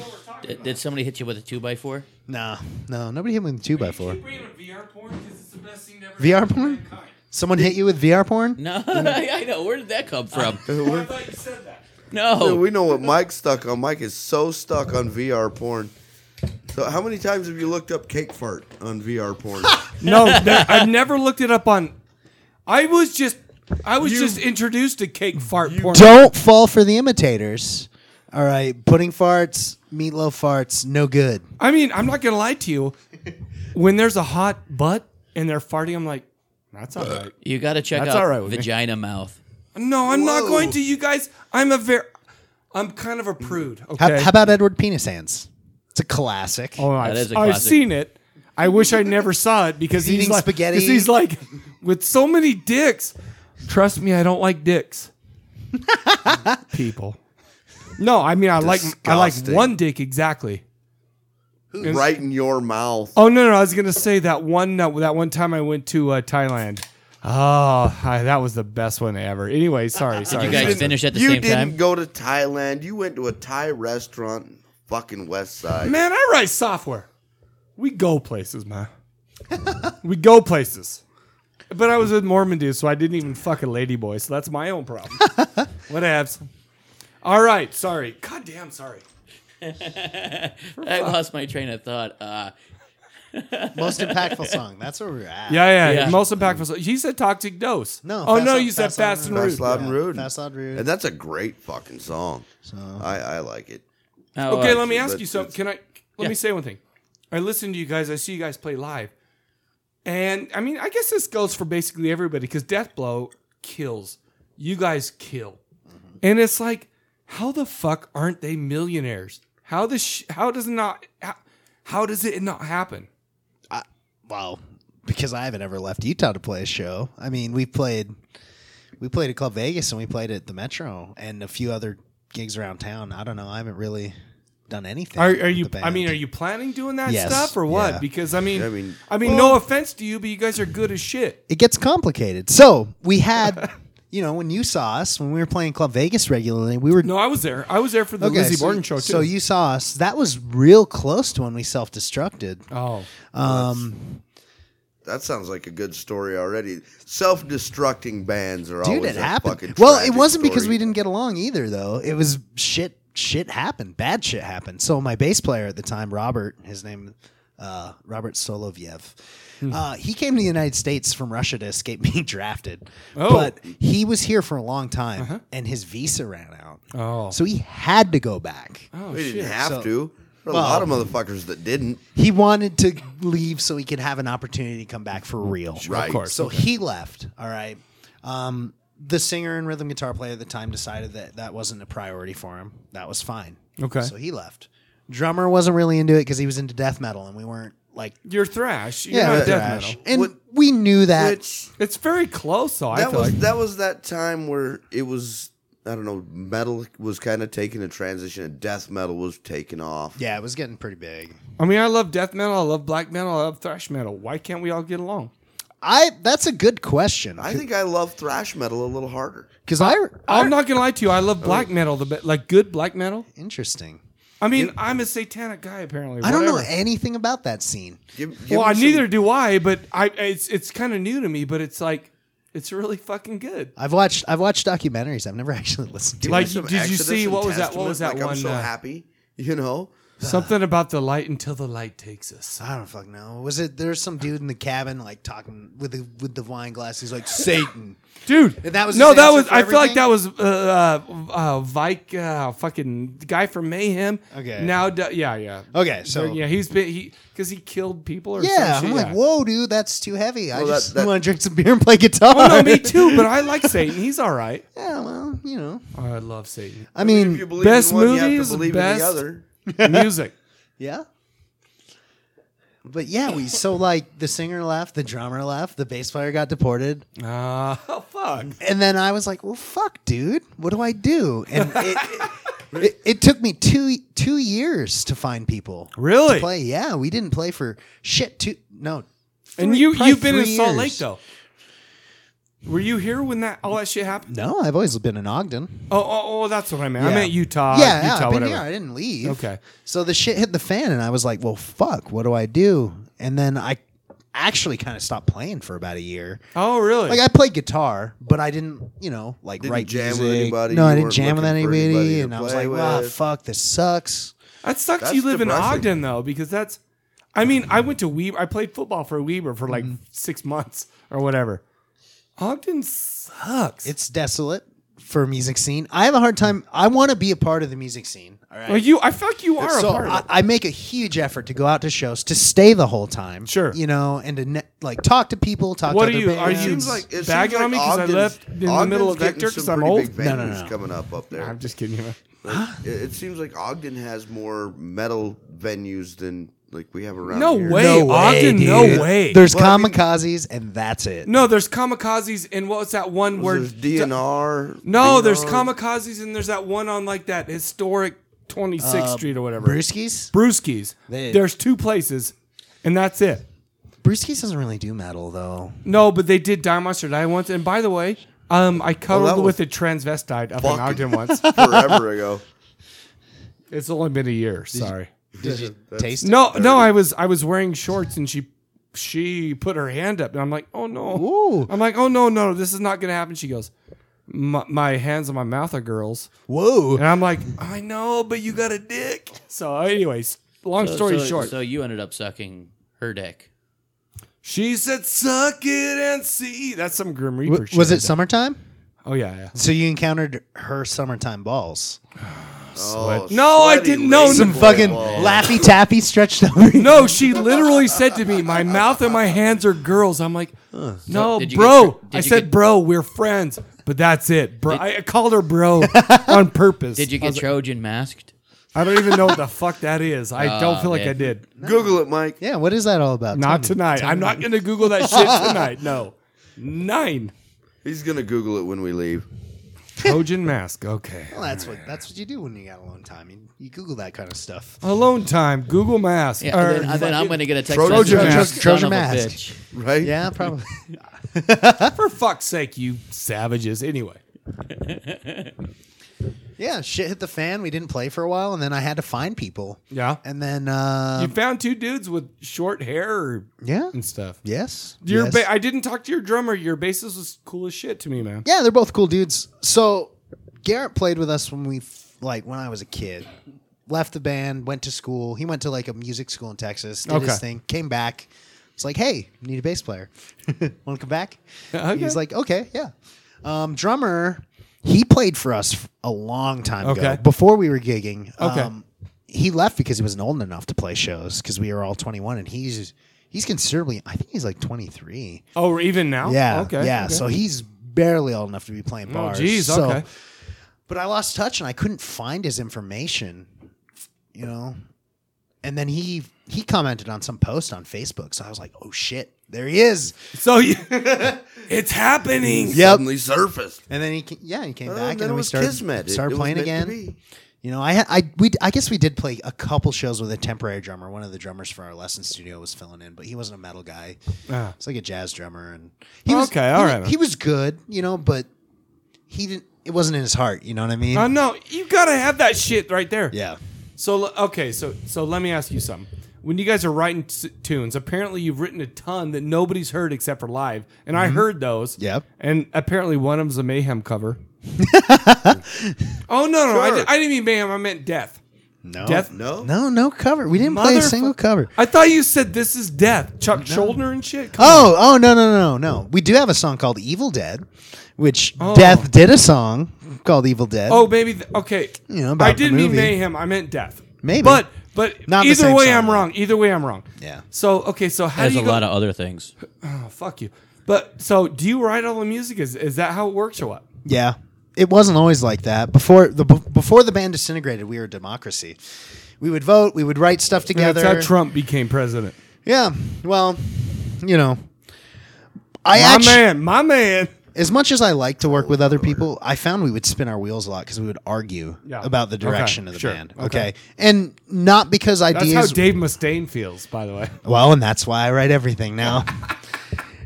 S6: Did, did somebody hit you with a two by four?
S5: no, no, nobody hit me with a two by four.
S1: VR porn because it's the best thing ever.
S5: VR happened to porn? mankind. Someone hit you with VR porn?
S6: No, I know. Where did that come from?
S1: I thought you said that.
S5: Oh.
S3: Dude,
S6: No.
S3: we know what Mike's stuck on. Mike is so stuck on VR porn. So, how many times have you looked up cake fart on VR porn?
S1: No, no, I've never looked it up on. I was just, I was
S3: You-
S1: just introduced to cake fart porn.
S5: Don't fall for the imitators. All right, pudding farts, meatloaf farts, no good.
S1: I mean, I'm not gonna lie to you. When there's a hot butt and they're farting, I'm like, that's all right.
S6: You got to check
S1: That's
S6: out
S1: all right with me.
S6: Vagina Mouth.
S1: No, I'm not
S3: Whoa.
S1: going to. You guys, I'm a very, I'm kind of a prude. Okay.
S5: How, how about Edward Penis Hands? It's a classic.
S1: Oh, I've,
S6: is a
S1: I've
S6: classic.
S1: seen it. I wish I never saw it because he's
S5: Eating
S1: like,
S5: spaghetti.
S1: because He's like, with so many dicks. Trust me, I don't like dicks. People. No, I mean I like I like
S3: Disgusting.
S1: one dick exactly.
S3: Who's right in your mouth?
S1: Oh no, no, I was gonna say that one that, that one time I went to uh, Thailand. Oh, hi, that was the best one ever. Anyway, sorry, sorry.
S6: you guys
S1: sorry.
S6: finish at the
S3: you
S6: same
S3: didn't
S6: time?
S3: go to Thailand. You went to a Thai restaurant, in fucking West Side.
S1: Man, I write software. We go places, man. we go places. But I was with Mormon dudes, so I didn't even fuck a ladyboy, so that's my own problem. Whatevs. All right, sorry. God damn, sorry.
S6: I lost my train of thought. Uh,
S5: Most impactful song. That's where we're at.
S1: Yeah, yeah.
S6: Yeah.
S1: Most impactful. He said toxic dose.
S5: No,
S1: Oh
S5: fast
S1: no,
S5: and-
S1: you said
S5: fast and
S1: fast and
S5: rude.
S1: rude.
S3: Fast, loud, and rude.
S5: Fast, loud, rude.
S3: And that's a great fucking song. I, I like it.
S6: oh,
S1: Okay,
S6: uh,
S1: let me ask
S3: but
S1: you something. Can I let me say one thing? I listen to you guys. I see you guys play live, and I mean, I guess this goes for basically everybody because Death Blow kills. You guys kill, and it's like, how the fuck aren't they millionaires? How the sh- how does not how, how does it not happen?
S5: Well, because I haven't ever left Utah to play a show. I mean, we played we played at Club Vegas and we played at the Metro and a few other gigs around town. I don't know. I haven't really done anything.
S1: Are,
S5: with
S1: are
S5: the
S1: you? I
S5: band.
S1: mean, are you planning doing that
S5: Yes,
S1: stuff or what?
S5: yeah.
S1: Because I mean,
S3: I
S1: I
S3: mean-
S1: mean, no offense to you, but you guys are good as shit.
S5: it gets complicated. So we had, you know, when you saw us when we were playing Club Vegas regularly, we were
S1: No, I was there. I was there for the Lizzie
S5: so,
S1: Borden show too.
S5: So you saw us. That was real close to when we self-destructed.
S1: oh,
S5: Um,
S3: That sounds like a good story already. Self-destructing bands are
S5: dude,
S3: always
S5: it
S3: a
S5: happened.
S3: fucking.
S5: Well, it
S3: tragic
S5: wasn't because
S3: story.
S5: we didn't get along either, though. It was shit. Shit happened. Bad shit happened. So my bass player at the time, Robert, his name, uh, Robert Soloviev.
S1: Hmm.
S5: Uh, he came to the United States from Russia to escape being drafted,
S1: Oh. Uh-huh.
S5: but he was here for a long time, and his visa ran out,
S1: oh,
S5: so he had to go back.
S1: oh,
S3: We
S1: shit.
S3: didn't have
S5: So-
S3: to. There are a lot of motherfuckers that didn't.
S5: He wanted to leave so he could have an opportunity to come back for real.
S3: Mm, Right.
S1: Of course.
S5: So he left. All right. Um, the singer and rhythm guitar player at the time decided that that wasn't a priority for him. That was fine.
S1: Okay.
S5: So he left. Drummer wasn't really into it because he was into death metal, and we weren't like
S1: You're thrash. You're not
S5: we're
S1: death
S5: thrash.
S1: metal.
S5: and
S3: What-
S5: we knew that.
S3: Which
S1: It's very close, though. I
S3: that
S1: feel
S3: was
S1: like.
S3: that was that time where it was I don't know metal was kind of taking a transition and death metal was taking off.
S5: yeah, it was getting pretty big.
S1: I mean, I love death metal. I love black metal. I love thrash metal. Why can't we all get along?
S5: I that's a good question
S3: I think I love thrash metal a little harder.
S5: because I, I,
S1: I'm not gonna lie to you. I love
S5: Oh.
S1: black metal. The be- like good black metal.
S5: interesting.
S1: I mean, I'm a satanic guy apparently.
S5: I don't know
S1: whatever.
S5: anything about that scene.
S3: Give, give
S1: Well,
S3: me
S1: I,
S3: some-
S1: neither do I. But I, it's it's kind of new to me. But it's like, it's really fucking good.
S5: I've watched I've watched documentaries. I've never actually listened to.
S3: give
S5: it.
S3: me
S1: Like,
S3: some
S1: did you
S3: Exodus
S1: see-
S3: and
S1: what was that- what was
S3: Testament,
S1: that
S3: like, I'm
S1: one,
S3: so
S1: uh,
S3: happy, you know.
S1: Something about the light until the light takes us.
S5: I don't fucking know. Was it there's some dude in the cabin like talking with the with the wine glass? He's like Satan.
S1: Dude,
S5: And that was
S1: no,
S5: his
S1: that
S5: answer
S1: was.
S5: for
S1: I feel like
S5: everything?
S1: that was uh, uh, uh, Vike, uh, fucking guy from Mayhem.
S5: Okay.
S1: Now, d- yeah, yeah.
S5: Okay, so
S1: yeah, he's been he because he killed people or
S5: Oh. yeah,
S1: some shit,
S5: I'm like,
S1: yeah.
S5: whoa, dude, that's too heavy. I
S3: Well, that-
S5: just
S3: that-
S5: want to drink some beer and play guitar.
S1: Oh no, me too. But I like Satan. He's all right.
S5: yeah, well, you know,
S1: Oh, I love Satan.
S5: I
S3: If you
S5: mean,
S3: believe
S1: Best
S3: in one, you have
S1: movies,
S3: to believe in
S1: best-
S3: the other.
S1: Music.
S5: yeah. But yeah, we so like the singer left, the drummer left, the bass player got deported,
S1: Ah, oh, fuck.
S5: and then I was like, well, fuck, dude, what do I do? And it. It, it took me two two years to find people.
S1: Really?
S5: To play? Yeah, we didn't play for shit. Two no.
S1: And
S5: three-
S1: you
S5: probably
S1: you've been in
S5: three
S1: Salt
S5: years.
S1: Lake though. Were you here when that all that shit happened?
S5: No, I've always been in Ogden.
S1: Oh, oh, oh that's what I meant. I
S5: Yeah.
S1: meant Utah.
S5: yeah, yeah,
S1: Utah,
S5: I've been
S1: whatever.
S5: here. I didn't leave.
S1: Okay.
S5: So the shit hit the fan, and I was like, "Well, fuck. What do I do?" And then I actually kind of stopped playing for about a year.
S1: Oh, really?
S5: Like I played guitar, but I didn't, you know, like
S3: Didn't
S5: write
S3: jam with
S5: music.
S3: anybody,
S5: No,
S3: you
S5: I didn't
S3: weren't
S5: jam with
S3: looking for
S5: anybody,
S3: anybody to
S5: and I was
S3: play
S5: like, "Wow,
S3: with."
S5: fuck, this sucks."
S1: That sucks.
S3: That's
S1: you live
S3: depressing.
S1: in Ogden though, because that's. I mean, I went to Weber. I played football for Weber for like
S5: Mm-hmm.
S1: six months or whatever. Ogden sucks.
S5: It's desolate for a music scene. I have a hard time. I want to be a part of the music scene. All right.
S1: well, you. I feel like you are
S5: so
S1: a part of
S5: I,
S1: it.
S5: I make a huge effort to go out to shows, to stay the whole time.
S1: Sure.
S5: you know, and to ne- like talk to people, talk
S1: What
S5: to
S1: are
S5: other
S1: you- are
S5: bands.
S1: you,
S3: Seems like it
S1: Bagging
S3: seems
S1: on me
S3: like
S1: 'cause I
S3: Ogden's-
S1: left in the
S3: Ogden's
S1: middle of
S3: getting
S1: Vector 'cause
S3: some
S1: I'm
S3: pretty
S1: old.
S3: Big
S5: No, no,
S3: venues
S5: no.
S3: coming up up there.
S1: I'm just kidding. you.
S3: Like, it, it seems like Ogden has more metal venues than like we have around.
S1: No
S3: here.
S1: way, Ogden.
S5: dude.
S1: No way.
S5: There's
S3: Well, I mean-
S5: kamikazes, and that's it.
S1: no, there's kamikazes and what was that one
S3: Well,
S1: where?
S3: There's DNR.
S1: no, there's
S3: DNR.
S1: kamikazes and there's that one on like that historic 26th Street or whatever.
S5: Brewskis?
S1: Brewskis.
S5: They-
S1: There's two places, and that's it.
S5: Brewskis doesn't really do metal though.
S1: No, but they did Die Monster Die once. And by the way, um, I cuddled
S3: that was
S1: with a transvestite up in
S3: fucking-
S1: Ogden once.
S3: forever ago.
S1: It's only been a year. Sorry.
S5: Did you taste it?
S1: No, no, I was I was wearing shorts and she she put her hand up and I'm like, oh no.
S5: Ooh.
S1: I'm like, oh no, no, this is not gonna happen. She goes, my, my hands on my mouth are girls,
S5: Whoa.
S1: and I'm like, I know, but you got a dick. So, anyways, long story
S6: so,
S1: short,
S6: So you ended up sucking her dick.
S1: she said, "Suck it and see." That's some Grim Reaper.
S5: W-
S1: shit.
S5: was it summertime?
S1: Oh yeah, yeah.
S5: So you encountered her summertime balls.
S3: Oh,
S1: Oh, No, I
S3: sweaty
S1: didn't know
S3: lazy
S1: Some
S3: boy
S5: Some fucking
S3: balls.
S5: laffy taffy stretched over. you.
S1: No, she literally said to me, "My mouth and my hands are girls." I'm like, "No,
S6: did you
S1: bro."
S6: get- did
S1: I
S6: you
S1: said,
S6: get-
S1: "Bro, we're friends." But that's it, bro. I I called her bro on purpose.
S6: Did you
S1: I,
S6: get
S1: was like,
S6: Trojan masked?
S1: I don't even know what the fuck that is. I don't feel like
S6: Oh, man.
S1: I did.
S3: Google it, Mike.
S5: Yeah, what is that all about?
S1: Not
S5: Tell me.
S1: tonight. I'm not gonna Google that shit tonight. No, nine
S3: He's gonna Google it when we leave.
S1: Trojan mask. Okay,
S5: Well, that's what that's what you do when you got alone time. You, you Google that kind of stuff.
S1: alone time. Google mask.
S6: Yeah,
S1: Or
S6: and then, and then I'm going to get a text
S3: Trojan
S6: message.
S3: mask.
S6: "You son
S5: Trojan
S6: of a
S5: mask.
S6: bitch."
S3: Right?
S5: Yeah, probably.
S1: for fuck's sake, you savages. Anyway,
S5: yeah, shit hit the fan. We didn't play for a while, and then I had to find people.
S1: yeah.
S5: And then, uh,
S1: you found two dudes with short hair
S5: yeah,
S1: and stuff.
S5: yes,
S1: Your
S5: yes.
S1: ba- I didn't talk to your drummer. Your bassist was cool as shit to me, man.
S5: yeah, they're both cool dudes. So Garrett played with us when we f- like when I was a kid. Left the band, went to school. He went to like a music school in Texas. Did
S1: Okay.
S5: his thing, came back. It's like, hey, need a bass player. Want to come back?
S1: Okay.
S5: He was like, okay, yeah. Um, drummer, he played for us f- a long time
S1: Okay.
S5: ago before we were gigging.
S1: Okay.
S5: Um, he left because he wasn't old enough to play shows because we were all 21 and he's he's considerably I think he's like 23.
S1: Oh, or even now?
S5: Yeah.
S1: Okay.
S5: Yeah.
S1: okay. Oh,
S5: So he's barely old enough to be playing bars.
S1: jeez,
S5: So-
S1: okay.
S5: But I lost touch and I couldn't find his information, you know? And then he he commented on some post on Facebook. So I was like, oh shit, there he is.
S1: so you, it's happening.
S5: Yep.
S3: Suddenly surfaced.
S5: And then he, ca- yeah, he came
S3: Well,
S5: back,
S3: Oh, then
S5: and
S3: it
S5: then we
S3: was
S5: started
S3: kismet. It-
S5: started
S3: it was
S5: playing
S3: meant to
S5: again.
S3: be.
S5: You know, I ha- I we I guess we did play a couple shows with a temporary drummer. One of the drummers for our lesson studio was filling in, but he wasn't a metal guy.
S1: Ah.
S5: It's like a jazz drummer, and he was
S1: Okay,
S5: he
S1: all
S5: was-
S1: right.
S5: He was good, you know, but he didn't. It wasn't in his heart. You know what I mean?
S1: Oh no, you gotta have that shit right there.
S5: yeah.
S1: So l- okay, so so let me ask you something. When you guys are writing s- tunes, apparently you've written a ton that nobody's heard except for live, and I heard those.
S5: Mm-hmm. Yep.
S1: And apparently one of them's a Mayhem cover. oh no, no, I, di-
S3: Sure.
S1: I didn't mean Mayhem. I meant Death.
S5: Oh, No.
S1: Death.
S3: No?
S5: No. No cover. We didn't play a
S1: Motherfu-
S5: single cover.
S1: I thought you said this is Death. Chuck Schuldner and shit. Come
S5: Oh, oh no, no, no, no. We do have a song called "Evil Dead," which
S1: Oh.
S5: Death did a song called "Evil Dead."
S1: Oh, maybe. Th- okay.
S5: You know, about
S1: I
S5: the
S1: didn't mean
S5: movie.
S1: mayhem. I meant death.
S5: Maybe.
S1: But but
S5: Not the
S1: either
S5: same
S1: way,
S5: song,
S1: I'm
S5: though.
S1: wrong. Either way, I'm wrong.
S5: Yeah.
S1: So okay. So how
S6: There's
S1: do
S6: a
S1: you go?
S6: lot of other things.
S1: oh, fuck you. But so do you write all the music? Is is that how it works or what?
S5: Yeah, it wasn't always like that. Before the b- before the band disintegrated, we were a democracy. We would vote. We would write stuff together.
S1: That's how Trump became president.
S5: Yeah. Well, you know,
S1: My
S5: I actually,
S1: man, my man.
S5: as much as I like to work with other people, I found we would spin our wheels a lot because we would argue
S1: Yeah.
S5: about the
S1: Okay,
S5: direction of the
S1: sure,
S5: band.
S1: okay.
S5: Okay. and not because
S1: That's
S5: ideas.
S1: how Dave Mustaine feels, by the way.
S5: well, and that's why I write everything now.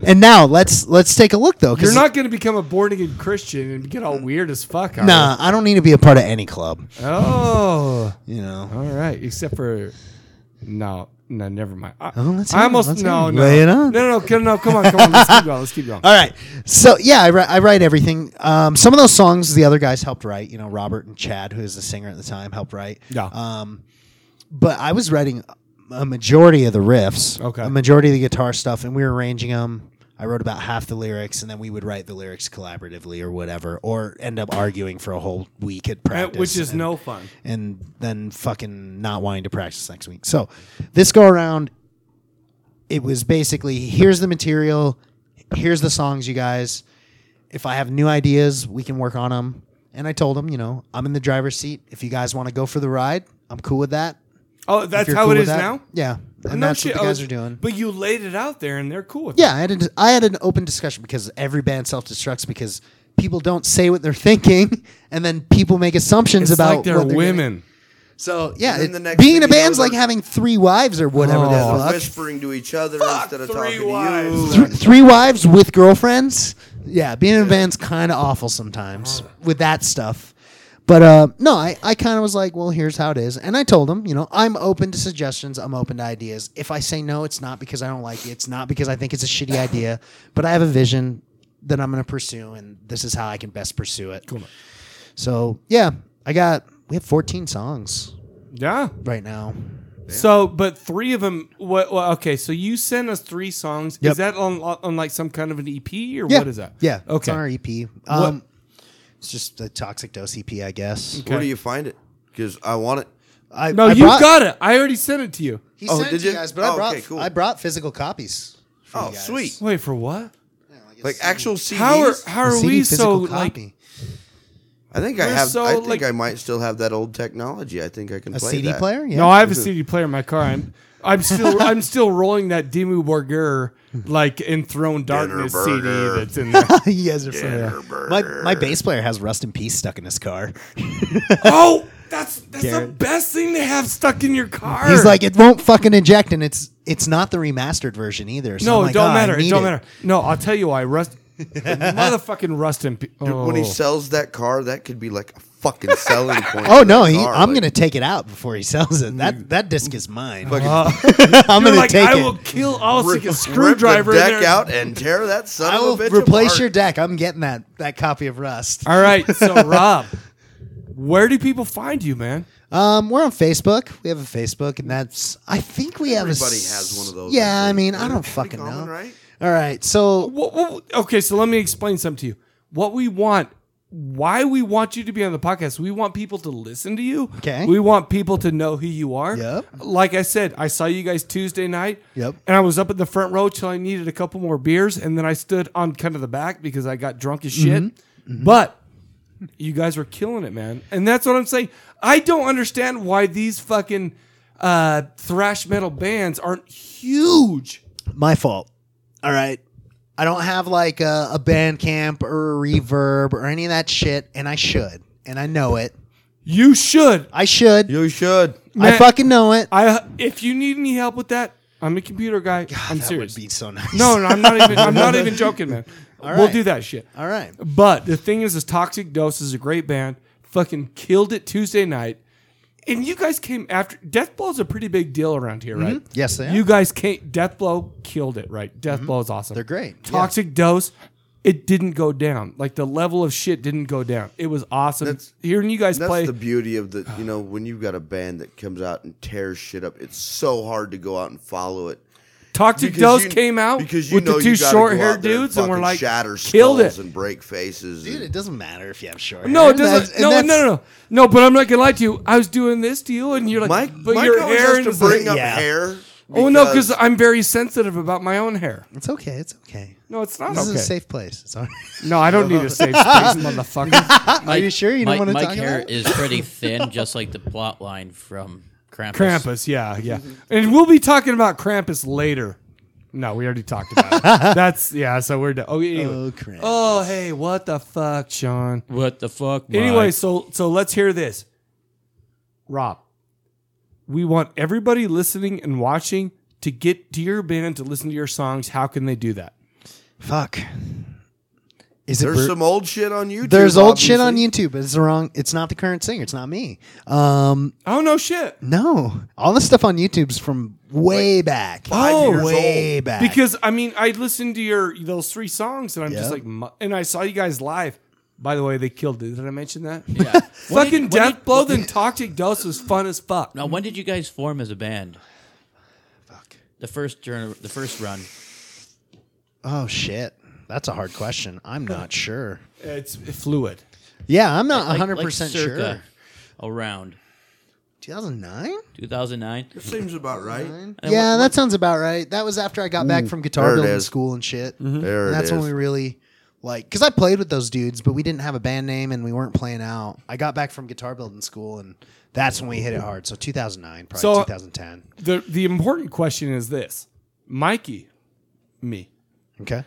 S5: and now let's let's take a look though. 'cause
S1: You're not going to become a born again Christian and get all weird as fuck. Are
S5: Nah, I don't need to be a part of any club.
S1: you? Oh.
S5: You know.
S1: All right, except for no, no, never mind. I,
S5: Oh, let's
S1: I
S5: hear it,
S1: almost
S5: let's hear
S1: no,
S5: it.
S1: no,
S5: Lay it on. Uh,
S1: no, no, no, no, come on, come on, let's keep going, let's keep going.
S5: All right. So yeah, I, wri- I write everything. Um, some of those songs the other guys helped write. You know, Robert and Chad, who is the singer at the time, helped write.
S1: Yeah.
S5: Um, but I was writing a majority of the riffs.
S1: Okay.
S5: A majority of the guitar stuff, and we were arranging them. I wrote about half the lyrics, and then we would write the lyrics collaboratively or whatever, or end up arguing for a whole week at
S1: Uh,
S5: practice,
S1: Which is
S5: and-
S1: no fun.
S5: and then fucking not wanting to practice next week. So this go around, it was basically here's the material, here's the songs, you guys. If I have new ideas, we can work on them. And I told them, you know, I'm in the driver's seat. If you guys want to go for the ride, I'm cool with that.
S1: Oh,
S5: If
S1: that's
S5: you're
S1: how
S5: cool
S1: it
S5: with
S1: is
S5: that-
S1: now.
S5: Yeah, and
S1: No
S5: that's
S1: shit,
S5: what the
S1: oh,
S5: guys are doing.
S1: But you laid it out there, and they're cool with it.
S5: Yeah, I had an, I had an open discussion because every band self destructs because people don't say what they're thinking, and then people make assumptions
S1: It's
S5: about
S1: like they're
S5: what they're gonna-
S1: women.
S3: So
S5: Yeah,
S3: then
S5: it-
S3: the next
S5: being in
S3: thing
S5: a
S3: you know,
S5: band's like
S3: they're-
S5: having three wives or whatever
S3: they're
S5: the fuck.
S3: whispering to each other instead of
S1: three
S3: talking
S1: wives.
S3: to you.
S5: Th- three wives with girlfriends. Yeah, being in a band's kind of awful sometimes with that stuff. But uh, no, I, I kind of was like, well, here's how it is. And I told him, you know, I'm open to suggestions. I'm open to ideas. If I say no, it's not because I don't like it. It's not because I think it's a shitty idea. But I have a vision that I'm going to pursue, and this is how I can best pursue it. Cool. So, yeah, I got, we have 14 songs
S1: Yeah.
S5: right now.
S1: So, but three of them. What? Well, okay, so you sent us three songs.
S5: Yep.
S1: Is that on, on like some kind of an EP or
S5: Yeah.
S1: what is that?
S5: Yeah. It's
S1: Okay.
S5: on our EP. Um, It's just the Toxic Dose EP, I guess.
S3: Where do you find it? Because I want it.
S5: I,
S1: No,
S5: I
S1: you
S5: brought-
S1: got it. I already sent it to you.
S5: He
S3: Oh,
S5: sent
S3: did
S5: it to you
S3: you?
S5: guys, but I
S3: Oh,
S5: brought
S3: okay, cool.
S5: I brought physical copies. for you
S3: Oh,
S5: guys.
S3: sweet.
S1: Wait for what?
S3: Like actual CDs.
S1: How are how
S5: A
S1: are
S5: CD
S1: we so
S5: physical
S1: like?
S3: I think I
S1: We're
S3: have.
S1: so,
S3: I think
S1: like-
S3: I might still have that old technology. I think I can
S5: a
S3: play
S5: CD
S3: that.
S5: player? Yeah.
S1: No, I have a CD player in my car. I'm I'm still I'm still rolling that Dimmu Borgir like enthroned darkness CD
S7: burger.
S1: that's in there.
S5: you guys are familiar. My my bass player has Rust in Peace stuck in his car.
S1: oh, that's that's the
S5: Garrett.
S1: best thing to have stuck in your car.
S5: He's like, it won't fucking inject, and it's it's not the remastered version either. So
S1: no,
S5: I'm
S1: it
S5: like,
S1: don't
S5: "Oh, I
S1: matter. It
S5: need
S1: don't matter. No, I'll tell you why. Rust, motherfucking rust and
S3: Dude,
S1: oh.
S3: When he sells that car, that could be like a fucking selling point.
S5: Oh
S3: for
S5: no,
S3: that
S5: he,
S3: car,
S5: I'm
S3: like-
S5: gonna take it out before he sells it. That that disc is mine.
S3: Fucking
S5: I'm
S1: Uh-huh. You're
S5: gonna
S1: like,
S5: take
S1: I
S5: it.
S1: will kill all
S3: rip,
S1: like a screwdriver
S3: screwdriver rip
S1: in
S3: the deck
S1: there.
S3: out and tear that son
S5: I will
S3: of a bitch
S5: replace
S3: apart.
S5: your deck. I'm getting that that copy of Rust.
S1: All right, so Rob, where do people find you, man?
S5: Um, we're on Facebook. We have a Facebook, and that's I think we have.
S3: Everybody
S5: a, s-
S3: has one of those,
S5: Yeah,
S3: I
S5: I,
S3: think.
S5: mean, I
S3: Pretty
S5: don't fucking
S3: common,
S5: know.
S3: right?
S5: All right, so
S1: What, what- okay, so let me explain something to you. What we want, why we want you to be on the podcast, we want people to listen to you.
S5: Okay.
S1: We want people to know who you are.
S5: Yep.
S1: Like I said, I saw you guys Tuesday night.
S5: Yep.
S1: And I was up in the front row till I needed a couple more beers, and then I stood on kind of the back because I got drunk as shit.
S5: Mm-hmm.
S1: But you guys were killing it, man. And that's what I'm saying. I don't understand why these fucking uh, thrash metal bands aren't huge.
S5: my fault. All right, I don't have like a, a band camp or a reverb or any of that shit, and I should, and I know it.
S1: You should.
S5: I should.
S3: You should.
S5: I fucking know it.
S1: I if you need any help with that, I'm a computer guy. I'm
S5: that
S1: serious.
S5: would be so nice.
S1: no, no, I'm not even. I'm not even joking, man. We'll
S5: right.
S1: do that shit.
S5: All right.
S1: But the thing is, is Toxic Dose is a great band. Fucking killed it Tuesday night, and you guys came after. Death Blow is a pretty big deal around here, right?
S5: Yes, they are.
S1: You guys came. Death Blow killed it, right? Death Blow is awesome.
S5: Mm-hmm. They're great, yeah.
S1: Toxic Dose. It didn't go down. Like the level of shit didn't go down. It was awesome.
S3: That's-
S1: Hearing you guys
S3: That's
S1: play,
S3: the beauty of the, you know, when you've got a band that comes out and tears shit up, it's so hard to go out and follow it.
S1: Toxic
S3: Because
S1: Dose
S3: you-
S1: came out
S3: because you
S1: with
S3: know
S1: the two
S3: you gotta go
S1: short
S3: out
S1: haired
S3: there
S1: dudes, and we're
S3: fucking
S1: like,
S3: shatter
S1: killed it.
S3: skulls and break faces.
S5: Dude,
S3: and-
S5: it doesn't matter if you have short.
S1: No,
S5: hair.
S1: it doesn't.
S5: That's-
S1: No, no,
S5: and
S1: no,
S5: that's-
S1: no, no. But I'm not gonna lie to you. I was doing this to you, and you're like,
S3: Mike,
S1: but
S3: Mike
S1: your
S3: always
S1: hair
S3: has to
S1: is
S3: bring up
S5: Yeah.
S3: hair.
S1: Oh no, because I'm very sensitive about my own hair.
S5: It's okay. It's okay.
S1: No, it's not
S5: This
S1: okay.
S5: is a safe place. It's all right.
S1: no, I don't need a safe space, motherfucker.
S6: Mike,
S5: you sure you don't
S6: Mike-
S5: wanna
S6: Mike
S5: talk
S6: hair
S5: about
S6: is pretty thin, just like the plot line from Krampus.
S1: Krampus, yeah, yeah. And we'll be talking about Krampus later. No, we already talked about it. That's yeah. So we're done. Oh, anyway.
S5: Oh, crap.
S1: oh, hey, what the fuck, Sean?
S6: What the fuck? Mike?
S1: Anyway, so so let's hear this. Rob, we want everybody listening and watching to get to your band to listen to your songs. How can they do that?
S5: Fuck. Is it?
S3: There's
S5: Bru-
S3: some old shit on YouTube.
S5: There's old shit on
S3: obviously.
S5: YouTube, but it's the wrong. It's not the current singer. It's not me. Um,
S1: Oh no shit.
S5: no, all the stuff on YouTube's from way back.
S1: Oh, years
S5: way back.
S1: Because I mean, I listened to your those three songs and I'm just
S5: Yeah.
S1: like mu- and I saw you guys live. By the way, they killed it. Did I mention that?
S6: Yeah. When did-
S1: Fucking
S6: when
S1: Death
S6: did-
S1: Blow then Toxic Dose was fun as fuck.
S6: Now, when did you guys form as a band? Fuck. The first turn, the first run.
S5: oh shit, that's a hard question. I'm not sure.
S1: It's fluid.
S5: Yeah, I'm not
S6: Like-
S5: 100
S6: like
S5: percent
S6: circa
S5: sure.
S6: Around
S5: 2009.
S6: 2009.
S3: Seems about right.
S5: Yeah, that sounds about right. That was after I got back from
S3: there
S5: guitar
S3: it
S5: building
S3: is.
S5: school and shit.
S3: There
S5: And
S3: it
S5: that's when
S3: is.
S5: we really like because I played with those dudes, but we didn't have a band name and we weren't playing out. I got back from guitar building school, and that's when we hit it hard. So 2009, probably
S1: So-
S5: 2010.
S1: The the important question is this. Mikey, me.
S5: Okay,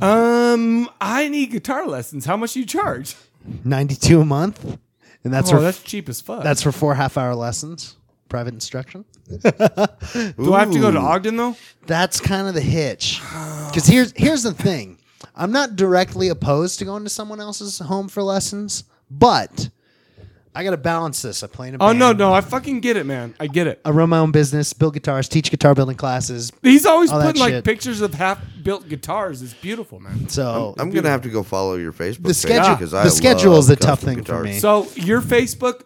S1: Um, I need guitar lessons. How much do you charge?
S5: 92 a month. and that's
S1: oh,
S5: for
S1: that's cheap as fuck.
S5: that's for four half hour lessons, private instruction.
S1: Do I have to go to Ogden though?
S5: That's kind of the hitch. Because here's here's the thing. I'm not directly opposed to going to someone else's home for lessons, but I got to balance this. I play in a
S1: Oh
S5: band.
S1: no, no, I fucking get it, man. I get it.
S5: I run my own business, build guitars, teach guitar building classes.
S1: He's always
S5: All that
S1: putting like
S5: shit.
S1: pictures of half-built guitars. It's beautiful, man.
S5: So
S1: Um, uh,
S3: I'm gonna have to go follow your Facebook.
S5: the schedule
S3: because
S5: the schedule is a tough thing for me.
S1: So your Facebook,